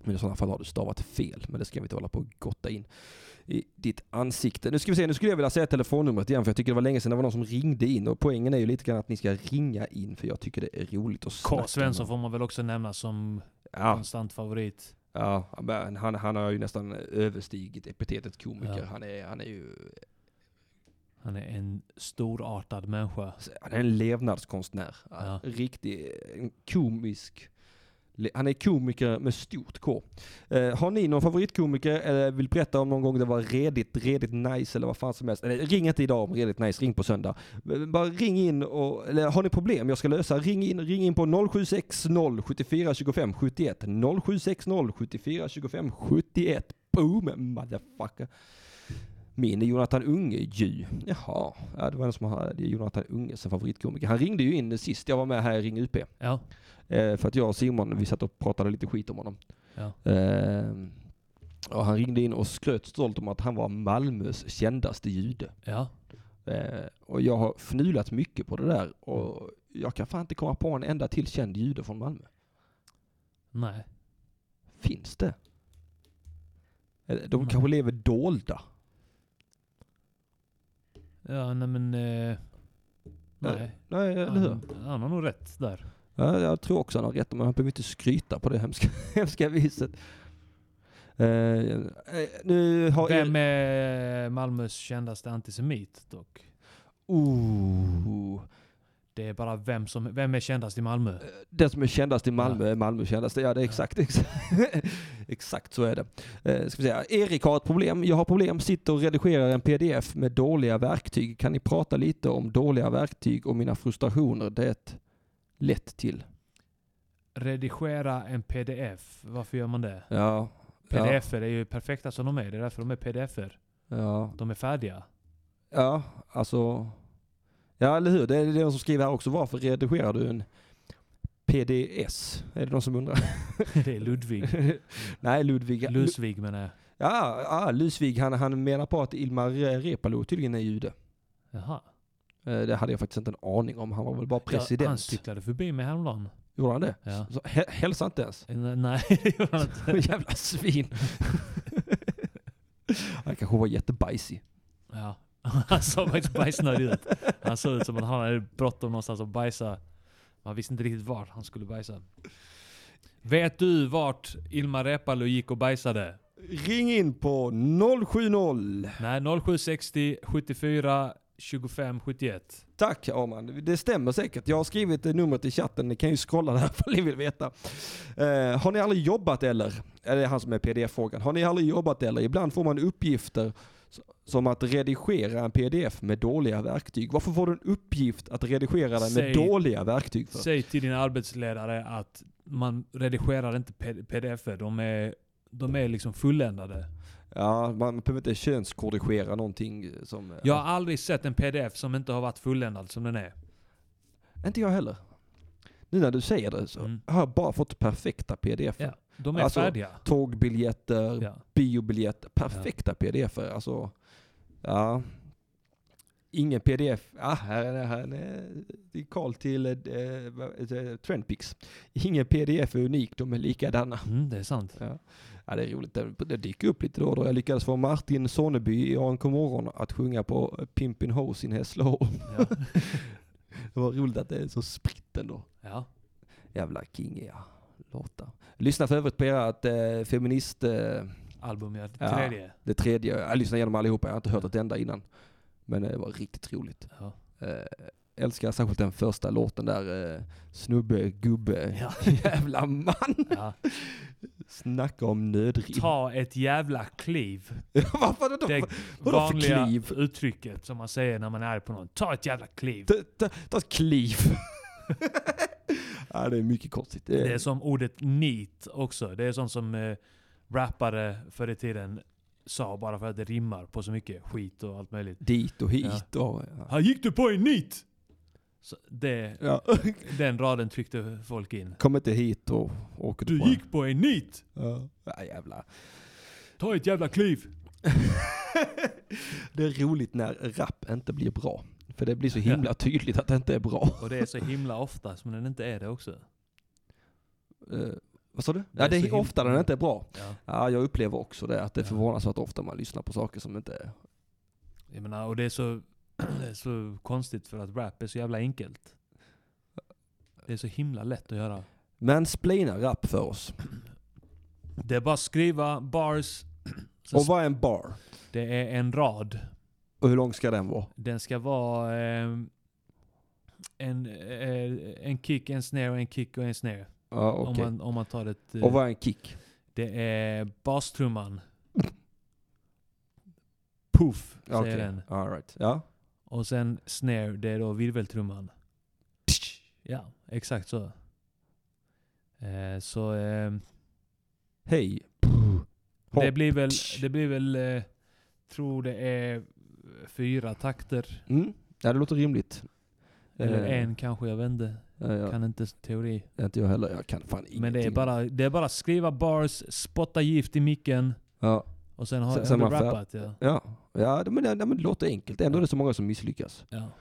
A: Men i sådana fall har du stavat fel. Men det ska vi inte hålla på och gotta in i ditt ansikte. Nu ska vi se, nu skulle jag vilja säga telefonnumret igen för jag tycker det var länge sedan det var någon som ringde in. Och poängen är ju lite grann att ni ska ringa in för jag tycker det är roligt att snacka.
C: K.
A: med-
C: Svensson får man väl också nämna som
A: Ja,
C: konstant favorit.
A: Ja, men han, han har ju nästan överstigit epitetet komiker.
C: Ja.
A: Han, är, han är ju
C: Han är en storartad människa.
A: han är en levnadskonstnär.
C: Ja.
A: En Riktig, en komisk. le- Han är komiker med stort K. Eh, har ni någon favoritkomiker eller vill berätta om någon gång det var redigt, redigt nice eller vad fan som helst. Eller, ring inte idag om redigt nice, ring på söndag. Men Bara ring in och, eller har ni problem jag ska lösa, ring in, ring in på 0760 74 25 71. 0760 74 25 71. Boom motherfucker. Min är Jonathan Unge ju. Jaha, ja, det var en som hade Jonathan Unge som favoritkomiker. Han ringde ju in sist jag var med här i Ring UP.
C: Ja,
A: Eh, för att jag och Simon, vi satt och pratade lite skit om honom.
C: Ja.
A: Eh, och han ringde in och skröt stolt om att han var Malmös kändaste jude.
C: ja.
A: Eh, och jag har fnulat mycket på det där och jag kan fan inte komma på en enda till känd jude från Malmö.
C: Nej.
A: Finns det? Eller, De
C: Nej.
A: kanske lever dolda.
C: Ja, nej men... Eh, nej.
A: Nej, eller hur?
C: Han, han har nog rätt där.
A: Ja, jag tror också han har rätt, men han behöver inte skryta på det hemska, hemska viset. Eh, eh, nu har
C: Vem är Malmös kändaste antisemit dock?
A: Oh.
C: Det är bara vem som... Vem är kändast i Malmö?
A: Den som är kändast i Malmö är Malmö kändast. Ja, det är exakt. Exakt, exakt så är det. Eh, ska vi säga. Erik har ett problem. Jag har problem. Sitter och redigerar en pdf med dåliga verktyg. Kan ni prata lite om dåliga verktyg och mina frustrationer det lett till?
C: Redigera en pdf. Varför gör man det?
A: Ja.
C: pdf er är ju perfekta som de är. Det är därför de är pdf er
A: Ja. ja.
C: De är färdiga.
A: Ja, alltså. Ja, eller hur? Det är det de som skriver här också. Varför redigerar du en PDS? Är det de som undrar?
C: Det är Ludvig.
A: Nej, Ludvig.
C: Lusvig menar jag.
A: ja, ja, Lusvig. Han, han menar på att Ilmar Reepalu tydligen är jude.
C: Jaha.
A: Eh, Det hade jag faktiskt inte en aning om. Han var väl bara
C: Ja, han
A: president.
C: cyklade förbi mig häromdagen.
A: Gjorde han det?
C: Ja.
A: Så, hä- hälsa inte ens.
C: Eh, Nej, det gjorde han inte.
A: Jävla svin. han kanske var jättebajsig.
C: Ja. Han såg faktiskt bajsnödig ut. Han såg ut som att han hade bråttom någonstans att bajsa. Man visste inte riktigt vart han skulle bajsa. Vet du vart Ilmar Reepalu gick och bajsade?
A: Ring in på 070.
C: Nej, 0760 74 25 71.
A: Tack Arman, det stämmer säkert. Jag har skrivit det numret i chatten, ni kan ju scrolla där ifall ni vill veta. Eh, har ni aldrig jobbat eller? Eller Det är han som är pdf-frågan. Har ni aldrig jobbat eller? Ibland får man uppgifter s- som att redigera en pdf med dåliga verktyg. Varför får du en uppgift att redigera den med
C: Säg-
A: dåliga verktyg? För?
C: Säg till din arbetsledare att man redigerar inte P- pdf -er. de är, de är liksom fulländade.
A: Ja, man behöver inte könskorrigera någonting som... eh,
C: Jag har aldrig sett en pdf som inte har varit fulländad som den är.
A: Inte jag heller. Nu när du säger det så
C: Mm.
A: har jag bara fått perfekta pdf.
C: Ja, de är
A: Alltså,
C: färdiga.
A: Tågbiljetter,
C: Ja.
A: biobiljett, perfekta pdf-er. Alltså, ja. Ingen pdf. Ah, här är det, här är det. det är Karl till eh, vad- eh, Trendpix. Ingen pdf är unik, de är likadana.
C: Mm, det är sant.
A: Ja, det är roligt, det, det dyker upp lite då och då. Jag lyckades få Martin Sonneby i ANK Morgon att sjunga på Pimpin' Hose in Hässleholm.
C: Ja.
A: Det var roligt att det är så spritt ändå.
C: Ja.
A: Jävla kingiga låtar. Lyssna för övrigt på ert eh, feminist... Eh,
C: album, ja.
A: Ja.
C: Tredje.
A: Det tredje, jag lyssnade igenom allihopa, jag har inte hört ett enda innan. Men det var eh, riktigt roligt.
C: Ja.
A: Eh, älskar särskilt den första låten där. Eh, snubbe, gubbe, jävla man.
C: Ja.
A: Snacka om nödrim.
C: Ta ett jävla kliv.
A: Varför då?
C: Det
A: vadå för
C: vanliga
A: kliv?
C: uttrycket som man säger när man är på någon. Ta ett jävla kliv.
A: Ta- ta- Ta ett kliv. ja, det är mycket konstigt.
C: Det är som ordet neat också. Det är sånt som eh, rappare förr i tiden sa bara för att det rimmar på så mycket skit och allt möjligt.
A: Dit och hit och... Ja.
C: Här gick du på en neat! Så det,
A: Ja.
C: den raden tryckte folk in.
A: Kom inte hit och åker
C: Du
A: på en.
C: gick på en neat!
A: Ja. Ja, jävlar.
C: Ta ett jävla kliv!
A: det är roligt när rap inte blir bra. För det blir så himla tydligt att det inte är bra.
C: Och det är så himla ofta som den inte är det också.
A: Eh, vad sa du?
C: Det
A: Ja,
C: är
A: det
C: så
A: är
C: himla-
A: ofta den inte är bra.
C: Ja.
A: Ja, jag upplever också det, att det är
C: Ja.
A: förvånansvärt ofta man lyssnar på saker som inte är...
C: Jag menar, och det är, så, det är så konstigt för att rap är så jävla enkelt. Det är så himla lätt att göra.
A: Men splina rap för oss.
C: Det är bara att skriva bars. Sen
A: Och vad är en bar?
C: Det är en rad.
A: Och hur lång ska den vara?
C: Den ska vara ehm, en, eh, en kick, en snare, och en kick och en snare.
A: Ja,
C: Om,
A: okej.
C: man, om man tar ett... eh,
A: Och vad är en kick?
C: Det är bastrumman. Poof, säger
A: Okej.
C: den.
A: All right. Ja.
C: Och sen snare, det är då virveltrumman. Ja, exakt så. Eh, så ehm,
A: Hej.
C: det
A: Hopp.
C: blir väl, det blir väl eh, tror det är fyra takter.
A: Mm. Ja, det låter rimligt.
C: Eller
A: Eh,
C: en kanske, jag vet inte.
A: Ja, ja.
C: Kan inte teori.
A: Inte jag heller. Jag kan fan ingenting.
C: Men det är, bara, det är bara skriva bars, spotta gift i micken
A: Ja.
C: och sen har,
A: Sen-
C: har
A: sen
C: du
A: man får-
C: rappat. Ja.
A: Ja, ja det- men, det, ja, men det låter enkelt. Ändå är det så många som misslyckas.
C: Ja.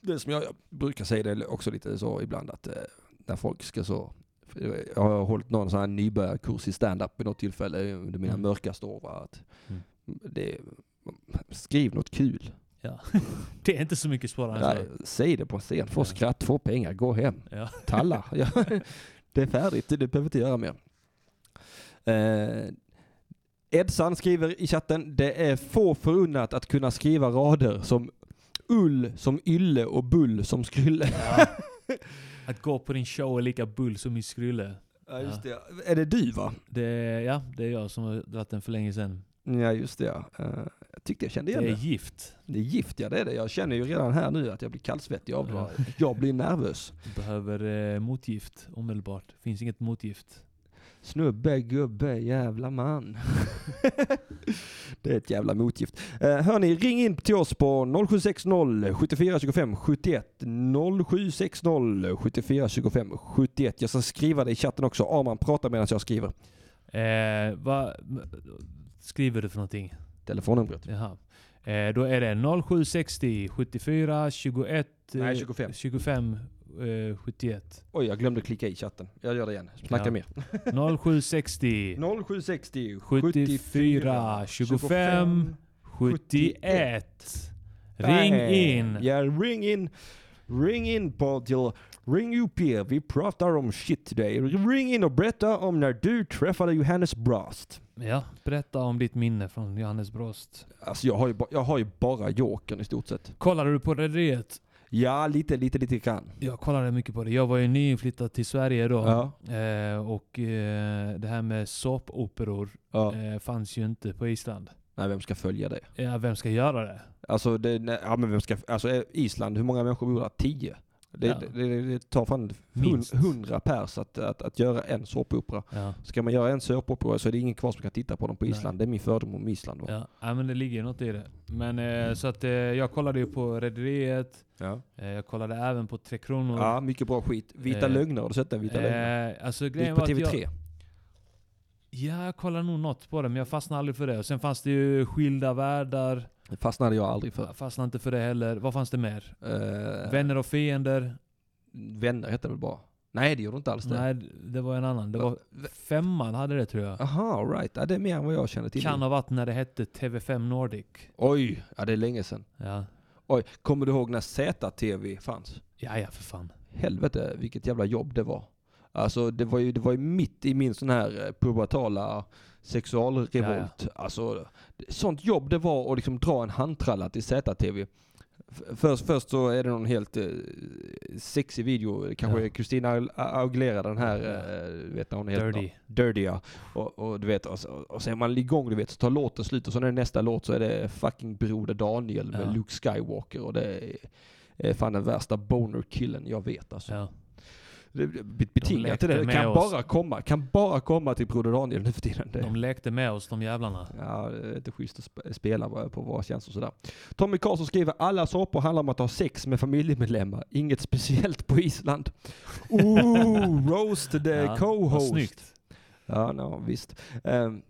A: Det som jag, jag brukar säga det är också lite så ibland att eh, när folk ska så... Jag har hållit någon sån här nybörjarkurs i stand-up vid något tillfälle under mina
C: Mm.
A: mörkaste år. Va? Att
C: Mm.
A: det, skriv något kul.
C: Ja. det är inte så mycket svårare än
A: Nej,
C: så.
A: säg det på en scen. Få
C: Ja.
A: skratt, få pengar, gå hem.
C: Ja.
A: Talla. Ja, det är färdigt, du behöver inte göra mer. Eh, Edsan skriver i chatten, det är få förunnat att kunna skriva rader som ull som ylle och bull som skrylle.
C: Ja. Att gå på din show är lika bull som i Skrylle.
A: Ja,
C: just
A: det. Är det du va?
C: Det är, ja, det är jag som har dragit den för länge sedan.
A: Ja, just det. ja. Eh, jag tyckte jag kände
C: Det
A: igen
C: är
A: det.
C: gift.
A: Det är gift, ja det är det. Jag känner ju redan här nu att jag blir kallsvettig av det. va? Jag blir nervös.
C: Behöver eh, motgift omedelbart. Finns inget motgift.
A: Snubbe, gubbe, jävla man. det är ett jävla motgift. Eh, hörni, ring in till oss på 0760 74 25 71. 0760 74 25 71. Jag ska skriva det i chatten också. Arman, prata medan jag skriver.
C: Eh, vad m- skriver du för någonting?
A: Telefonnumret.
C: Jaha. Eh, då är det 0760 74 21 eh,
A: Nej, 25.
C: 25 eh, 71.
A: Oj, jag glömde klicka i chatten. Jag gör det igen. Snacka
C: Ja.
A: mer.
C: 0760
A: 0760
C: 74 25 71. Ring in!
A: Ja, ring in. Ring in på till Ring UP. Vi pratar om shit today. Ring in och berätta om när du träffade Johannes Brast.
C: Ja, berätta om ditt minne från Johannes Brost.
A: Alltså jag har ju, ba- jag har ju bara jokern i stort sett.
C: Kollade du på Rederiet?
A: Ja, lite, lite, lite grann.
C: Jag kollade mycket på det. Jag var ju nyinflyttad till Sverige då.
A: Ja.
C: Eh, och eh, det här med såpoperor
A: ja.
C: eh, fanns ju inte på Island.
A: Nej, vem ska följa det?
C: Ja, vem ska göra det?
A: Alltså, det, nej, ja, men vem ska, alltså eh, Island, hur många människor bor där? Tio? Det,
C: Ja.
A: det, det, det tar fan hun-
C: Minst.
A: hundra pers att, att, att göra en såpopera.
C: Ja.
A: Ska man göra en såpopera så är det ingen kvar som kan titta på dem på
C: Nej.
A: Island. Det är min fördom om Island. Va?
C: Ja, ja, men det ligger ju något i det. Men
A: Mm.
C: eh, så att eh, jag kollade ju på Rederiet.
A: Ja.
C: Eh, jag kollade även på Tre Kronor.
A: ja, mycket bra skit. Vita
C: Eh,
A: lögner, har du sett den? Vita lögner.
C: eh, alltså
A: Det
C: grejen
A: gick
C: var
A: på
C: att jag,
A: TV3.
C: ja, jag kollade nog något på det, men jag fastnade aldrig för det. Och sen fanns det ju Skilda Världar.
A: Det fastnade jag aldrig för.
C: Jag fastnade inte för det heller. Vad fanns det mer?
A: Eh,
C: Vänner och fiender?
A: vänner hette det väl bara? Nej, det gjorde inte alls det.
C: Nej, det var en annan. Det var
A: Va-
C: femman hade det tror jag.
A: Aha, all right. Ja, det är mer än vad jag känner till.
C: Kan ha varit när det hette TV5 Nordic.
A: Oj, ja, det är länge sedan.
C: Ja,
A: Oj, kommer du ihåg när ZTV fanns?
C: ja, ja för fan.
A: Helvete, vilket jävla jobb det var. Alltså det var ju, det var ju mitt i min sån här eh, pubertala sexualrevolt. Alltså, det- sånt jobb det var att liksom dra en handtralla till ZTV. F- Först, först så är det någon helt eh, sexig video, kanske
C: Ja.
A: Christina Agu- Aguilera den här, eh, du vet när hon är helt
C: Dirty.
A: Dirty ja. Och, och du vet, och, så- och så är man igång du vet, så tar låten slut och så när det är nästa låt så är det fucking Broder Daniel med
C: Ja.
A: Luke Skywalker och det är, är fan den värsta boner-killen jag vet alltså.
C: Ja.
A: Det- det- be- Betingat
C: lekte
A: till det, det
C: med
A: kan
C: oss.
A: bara, komma, kan bara komma till Broder Daniel nu för tiden. Det.
C: De lekte med oss de jävlarna.
A: Ja, det är inte schysst att sp- spela på- på våra tjänster och sådär. Tommy Karlsson skriver, alla såpor handlar om att ha sex med familjemedlemmar. Inget speciellt på Island. Ooh, roast the
C: Ja, vad
A: co-host.
C: Snyggt.
A: Ja, no, visst. Ehm,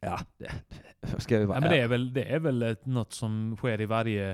A: ja, det, ska vi vara
C: Ja, men det,
A: ärliga.
C: är väl, det är väl ett, något som sker i varje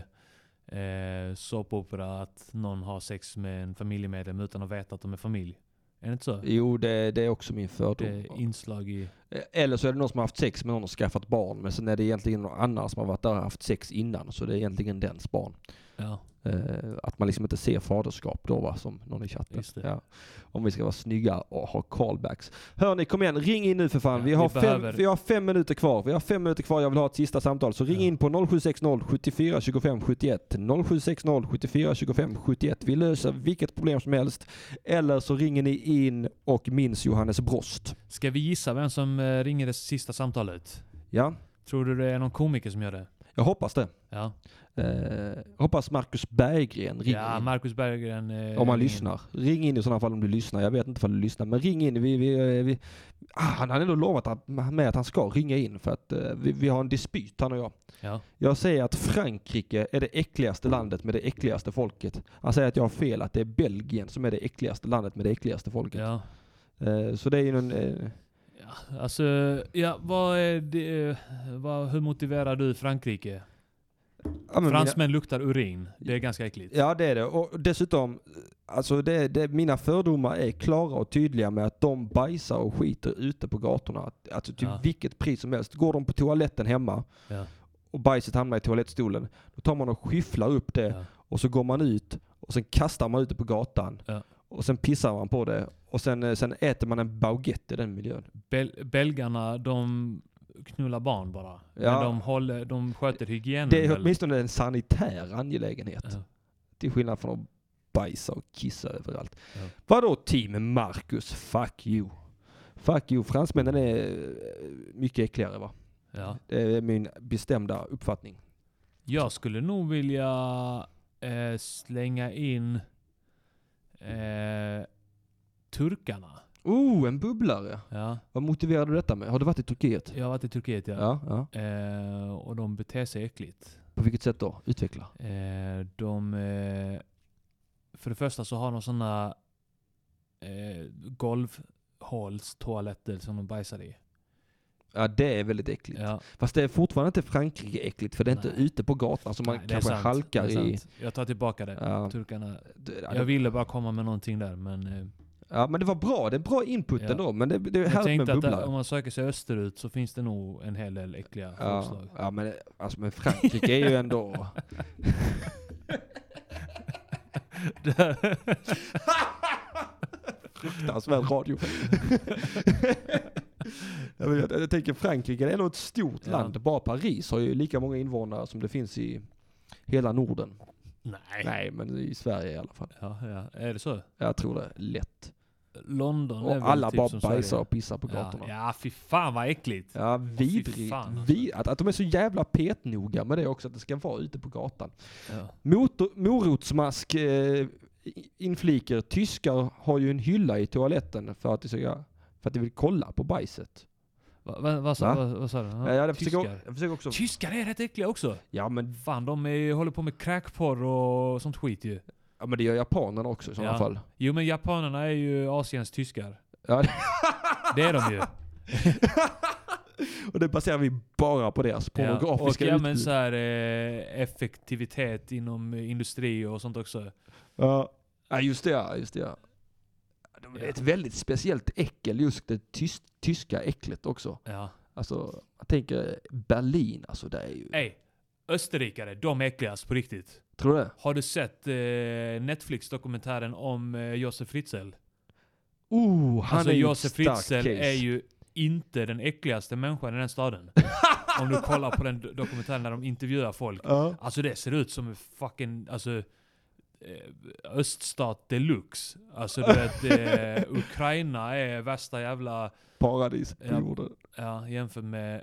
C: eh, såpopera, att någon har sex med en familjemedlem utan att veta att de är familj. Är det inte så?
A: Jo, det, det är också min
C: Det
A: fördom. Eh,
C: är inslag i...
A: Eller så är det någon som har haft sex med någon och skaffat barn. Men sen är det egentligen någon annan som har varit där och haft sex innan. Så det är egentligen dens barn.
C: Ja,
A: Eh, att man liksom inte ser faderskap då va, som någon i chatten.
C: Just det.
A: Ja. Om vi ska vara snygga och ha callbacks. Hörni, kom igen, ring in nu för fan.
C: Ja,
A: vi,
C: vi
A: har fem,
C: behöver-
A: vi har fem minuter kvar. Vi har fem minuter kvar, jag vill ha ett sista samtal. Så ring
C: Ja.
A: in på 0760 74 25 71. 0760 74 25 71. Vi löser vilket problem som helst. Eller så ringer ni in och minns Johannes Brost.
C: Ska vi gissa vem som eh, ringer det sista samtalet?
A: Ja,
C: Tror du det är någon komiker som gör det?
A: jag hoppas det.
C: Ja,
A: Eh, hoppas Marcus Berggren ringer
C: ja
A: in.
C: Marcus Berggren. eh,
A: Om man
C: ringer.
A: lyssnar. Ring in i sådana fall om du lyssnar. Jag vet inte om du lyssnar, men ring in. Vi, vi, vi, ah, han har ändå lovat att, med att han ska ringa in för att eh, vi, vi har en dispyt han och jag.
C: Ja.
A: Jag säger att Frankrike är det äckligaste landet med det äckligaste folket. Han säger att jag har fel, att det är Belgien som är det äckligaste landet med det äckligaste folket.
C: ja.
A: Eh, så det är ju någon... Eh,
C: Ja, alltså, ja, vad är det, vad, hur motiverar du Frankrike?
A: ja, men mina-
C: Fransmän luktar urin. Det är ganska äckligt.
A: Ja det är det. Och dessutom, alltså det, det, mina fördomar är klara och tydliga med att de bajsar och skiter ute på gatorna. Att- Alltså till
C: Ja.
A: vilket pris som helst. Går de på toaletten hemma
C: Ja.
A: och bajset hamnar i toalettstolen, då tar man och skyfflar upp det
C: Ja.
A: och så går man ut och sen kastar man ut det på gatan.
C: Ja.
A: Och sen pissar man på det och sen, eh, sen äter man en baguette i den miljön.
C: Bel- belgarna, de knullar barn bara.
A: Ja.
C: Men de, håller, de sköter hygienen
A: Det är
C: väl?
A: åtminstone en sanitär angelägenhet.
C: Mm, Ja.
A: Till skillnad från att bajsa och kissa överallt.
C: Ja.
A: Vadå team Marcus? Fuck you. Fuck you. Fransmännen är eh, mycket äckligare va?
C: Ja.
A: Det är min bestämda uppfattning.
C: Jag skulle nog vilja eh, slänga in eh, turkarna.
A: Oh, en bubblare.
C: Ja.
A: Vad motiverar du detta med? Har du varit i Turkiet?
C: Jag har varit i Turkiet ja.
A: Ja, ja.
C: Eh, och de beter sig äckligt.
A: På vilket sätt då? Utveckla.
C: Eh, de... Eh, för det första så har de såna eh, golvhålstoaletter som de bajsar i.
A: Ja, det är väldigt äckligt.
C: Ja.
A: Fast det är fortfarande inte Frankrike äckligt för det är inte
C: Nej.
A: ute på gatan som Alltså man
C: Nej, det är
A: kanske
C: sant.
A: halkar
C: Det är
A: i.
C: sant. Jag tar tillbaka det.
A: Ja.
C: Turkarna.
A: Det-
C: Jag ville bara komma med någonting där men... eh,
A: Ja, men det var bra. Det är bra input
C: Ja.
A: ändå. Men det, det är
C: Jag
A: härligt med
C: tänkte att
A: bubblare.
C: där, om man söker sig österut så finns det nog en hel del äckliga
A: Ja,
C: folkslag.
A: ja men, alltså, men Frankrike är ju ändå... Fruktansvärd radio. jag, vet, jag tänker Frankrike det är ändå ett stort
C: Ja.
A: land. Bara Paris har ju lika många invånare som det finns i hela Norden.
C: Nej.
A: Nej, men i Sverige i alla fall.
C: Ja, ja. Är det så?
A: Jag tror det, lätt.
C: London är väl
A: Och alla
C: typ
A: bara
C: som
A: bajsar
C: Sverige.
A: och pissar på gatorna.
C: Ja, ja, fy fan vad äckligt.
A: Ja,
C: fy
A: vidrigt.
C: fan, alltså.
A: Vi, att, att de är så jävla petnoga med det också, att det ska vara ute på gatan.
C: Ja.
A: Motor, morotsmask eh, i- infliker. Tyskar har ju en hylla i toaletten för att de, ska, för att de vill kolla på bajset.
C: Va, va, vad sa-
A: Va?
C: vad- vad sa du?
A: Ja, jag, försöker,
C: Tyskar.
A: jag försöker också...
C: Tyskar är rätt äckliga också.
A: Ja men,
C: Fan, de är, håller på med crackporr och sånt skit ju.
A: ja men det gör japanerna också i sådana
C: Ja.
A: fall.
C: Jo men japanerna är ju Asiens tyskar.
A: Ja,
C: Det är de ju.
A: och det baserar vi bara på deras pornografiska
C: ja, och, ja, men
A: utbud.
C: så här, eh, effektivitet inom eh, industri och sånt också.
A: Ja. ja just det ja, just det ja. De- Det är
C: Ja.
A: ett väldigt speciellt äckel, just det tyst, tyska äcklet också.
C: Ja.
A: Alltså, jag tänker Berlin, alltså det är ju...
C: Ey, österrikare, de är äckligast på riktigt.
A: Tror du det?
C: Har du sett eh, Netflix-dokumentären om eh, Josef Fritzl?
A: Oh, han
C: alltså
A: är ju ett
C: Josef
A: starkt
C: Fritzl
A: case.
C: är ju inte den äckligaste människan i den staden. Om du kollar på den do- dokumentären när de intervjuar folk. Alltså det ser ut som en fucking, alltså eh, öststat deluxe. Alltså du vet, eh, Ukraina är värsta jävla,
A: Paradis på
C: Ja.
A: jorden.
C: ja jämfört med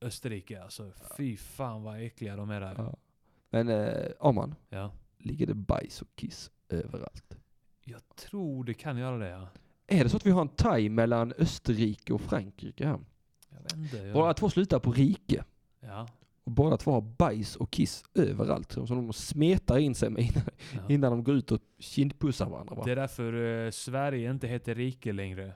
C: Österrike alltså. Fy fan vad äckliga de är där.
A: Ja. Men eh, Arman,
C: Ja.
A: ligger det bajs och kiss överallt?
C: Jag tror det kan göra det ja.
A: Är det så att vi har en taj mellan Österrike och Frankrike här?
C: Jag vet inte.
A: Båda
C: Ja.
A: två slutar på rike.
C: Ja,
A: Och båda två har bajs och kiss överallt. Som de smetar in sig med innan,
C: ja.
A: innan de går ut och kindpussar varandra. Va?
C: Det är därför eh, Sverige inte heter rike längre.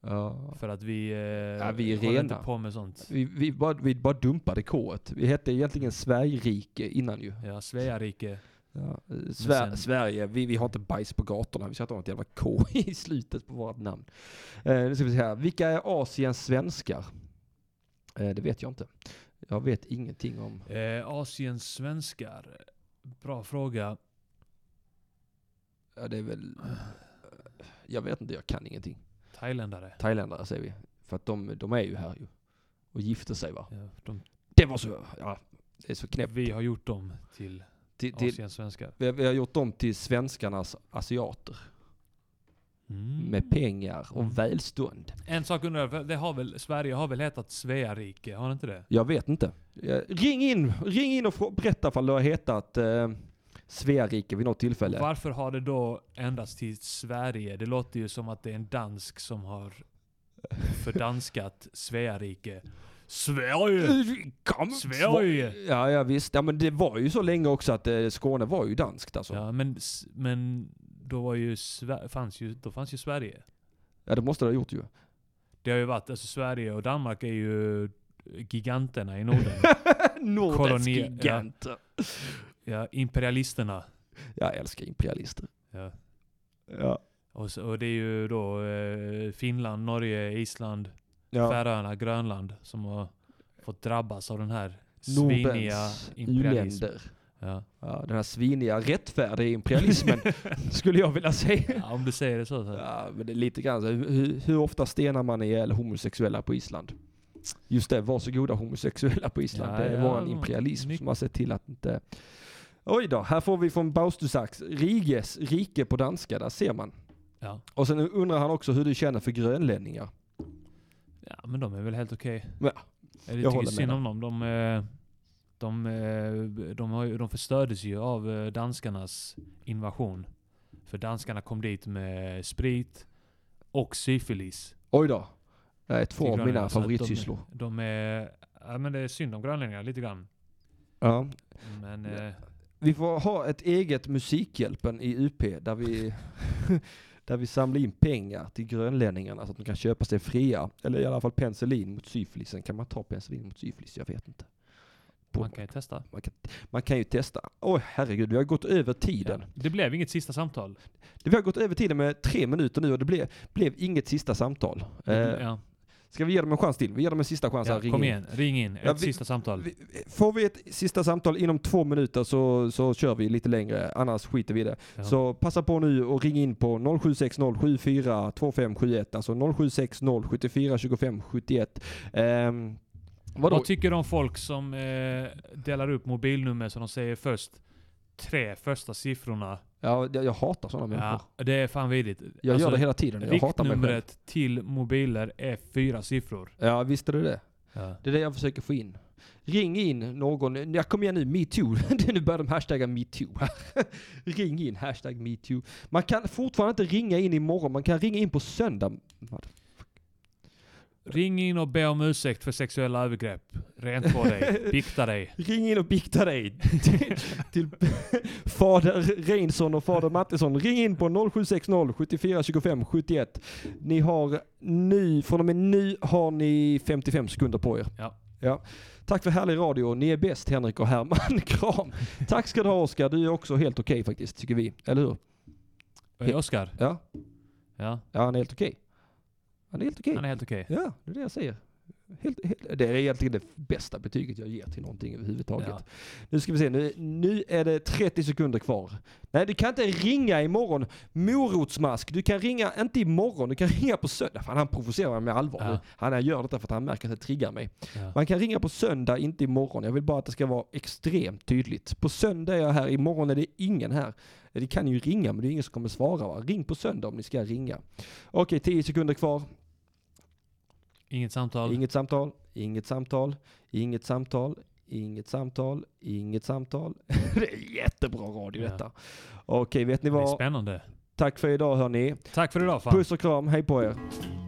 A: Ja.
C: För att vi, eh,
A: Ja, vi är
C: håller inte
A: rena.
C: på med sånt.
A: Vi, vi, bara, vi bara dumpade K. Vi hette egentligen Sverigerike innan ju.
C: Ja, Sverige.
A: Ja. eh, Sver-
C: sen-
A: Sverige, vi, vi har inte bajs på gatorna. Vi ska inte ha ett jävla K i slutet på vårt namn. Eh, nu ska vi se här. Vilka är Asiens svenskar? Eh, det vet jag inte. Jag vet ingenting om.
C: Eh, Asiens svenskar. Bra fråga.
A: Ja, det är väl... Jag vet inte, jag kan ingenting.
C: Thailändare.
A: Thailändare säger vi. För att de, de är ju här ju. Och gifter sig va.
C: Ja, de,
A: Det var så, ja. Det är så knäppt.
C: vi har gjort dem till,
A: Till, till,
C: Asiens svenskar.
A: vi, har, vi har gjort dem till svenskarnas asiater.
C: Mm.
A: Med pengar och välstånd.
C: En sak undrar jag, för det har väl, Sverige har väl hetat Sverige, har det inte det?
A: Jag vet inte. Eh, Ring in, ring in och frå- berätta ifall du har hetat eh, Sverige vid något tillfälle.
C: Varför har det då ändrats till Sverige? Det låter ju som att det är en dansk som har fördanskat Sverige. Sverige!
A: Kom,
C: Sverige!
A: Eh, Ja, ja visst. Ja, men det var ju så länge också att eh, Skåne var ju danskt alltså. Ja,
C: Ja, men, s- men då, var ju, Sve- fanns ju, då fanns ju Sverige.
A: ja det måste det ha gjort ju.
C: Det har ju varit, alltså Sverige och Danmark är ju giganterna i Norden.
A: Nordens
C: Koloni- ja.
A: giganter.
C: ja, imperialisterna.
A: Jag älskar imperialister.
C: Ja.
A: Ja.
C: Och, så, och det är ju då eh, Finland, Norge, Island, Färöarna, Grönland som har fått drabbas av den här sviniga
A: Nordens
C: imperialismen.
A: u-länder.
C: Ja.
A: Ja, den här sviniga rättfärdiga imperialismen skulle jag vilja säga.
C: ja, om du säger det så. så.
A: Ja, men det är lite grann så här, hur, hur ofta stenar man ihjäl homosexuella på Island? Just det, varsågoda homosexuella på Island.
C: Ja,
A: det
C: ja,
A: var en imperialism
C: ny-
A: som har sett till att inte... Oj då, här får vi från Baustusax. Riges, rike på danska, där ser man.
C: Ja.
A: Och sen undrar han också hur du känner för grönlänningar.
C: ja, men de är väl helt okej.
A: Ja.
C: Eller
A: Jag
C: Jag tycker
A: håller
C: synd
A: med
C: om dem. De, eh, de, eh, de, har ju- de förstördes ju av eh, danskarnas invasion. För danskarna kom dit med sprit och syfilis.
A: Oj då. Det är
C: till
A: två av mina
C: Grönland, så att
A: favoritsysslor.
C: De, de är... Ja, men det är synd om grönlänningar lite grann.
A: Ja.
C: Men
A: Ja.
C: eh,
A: Vi får ha ett eget Musikhjälpen i UP där vi, där vi samlar in pengar till grönlänningarna så att de kan köpa sig fria. Eller i alla fall penicillin mot syfilisen. Kan man ta penicillin mot syfilis? Jag vet inte.
C: man kan ju testa.
A: Man kan, man kan ju testa. Oj herregud, vi har gått över
C: Ja.
A: tiden.
C: Det blev inget sista samtal.
A: Vi har gått över tiden med tre minuter nu och det blev, blev inget sista samtal. Eh,
C: ja.
A: ska vi ge dem en chans till? Vi ger dem en sista chans.
C: ja,
A: här. Alltså, Ring
C: kom
A: in.
C: igen, ring in. Ett
A: Ja, vi-
C: sista samtal.
A: Vi- Får vi ett sista samtal inom två minuter så, så kör vi lite längre, annars skiter vi i det.
C: Ja.
A: Så passa på nu och ring in på 0760742571, alltså 0760742571. Ehm, vadå?
C: Vad tycker du om folk som eh, delar upp mobilnummer så de säger först tre första siffrorna?
A: Ja, jag, jag hatar sådana människor.
C: Ja, det är fan vidrigt.
A: Jag
C: Alltså,
A: gör det hela tiden, jag hatar mig själv.
C: Riktnumret till mobiler är fyra siffror.
A: Ja, visste du det?
C: Ja.
A: Det är det jag försöker få in. Ring in någon, jag kom igen nu, metoo. nu börjar de hashtagga metoo. Ring in, hashtag metoo. Man kan fortfarande inte ringa in imorgon, man kan ringa in på söndag.
C: Ring in och be om ursäkt för sexuella övergrepp. Rent på dig. Bikta dig.
A: Ring in och bikta dig till, till fader Reinsson och fader Mattisson. Ring in på 0760 74 25 71. Ni har nu, från och med nu har ni 55 sekunder på er.
C: Ja.
A: Tack för härlig radio. Ni är bäst Henrik och Herman. Kram. Tack ska du ha Oskar. Du är också helt okej faktiskt, tycker vi. Eller hur?
C: Eh, Oskar?
A: Ja,
C: Ja,
A: ja han är helt okej. Han är helt okej.
C: han är helt okej.
A: Ja, det är det jag säger. Helt, helt, det är egentligen det bästa betyget jag ger till någonting överhuvudtaget.
C: Ja.
A: Nu ska vi se, nu, nu är det 30 sekunder kvar. Nej, du kan inte ringa imorgon. Morotsmask, du kan ringa, inte imorgon, du kan ringa på söndag. Fan, han provocerar mig med allvar.
C: Ja.
A: Han han gör detta för att han märker att det triggar mig.
C: Ja.
A: Man kan ringa på söndag, inte imorgon. Jag vill bara att det ska vara extremt tydligt. På söndag är jag här, imorgon är det ingen här. Det kan ju ringa, men det är ingen som kommer svara. Va? Ring på söndag om ni ska ringa. Okej, 10 sekunder kvar.
C: Inget samtal.
A: Inget samtal, inget samtal, inget samtal, inget samtal, inget samtal. det är jättebra radio
C: Ja.
A: detta. Okej, vet ni
C: Det är
A: vad?
C: spännande.
A: Tack för idag hörni.
C: Tack för idag fan.
A: Puss och kram, hej på er.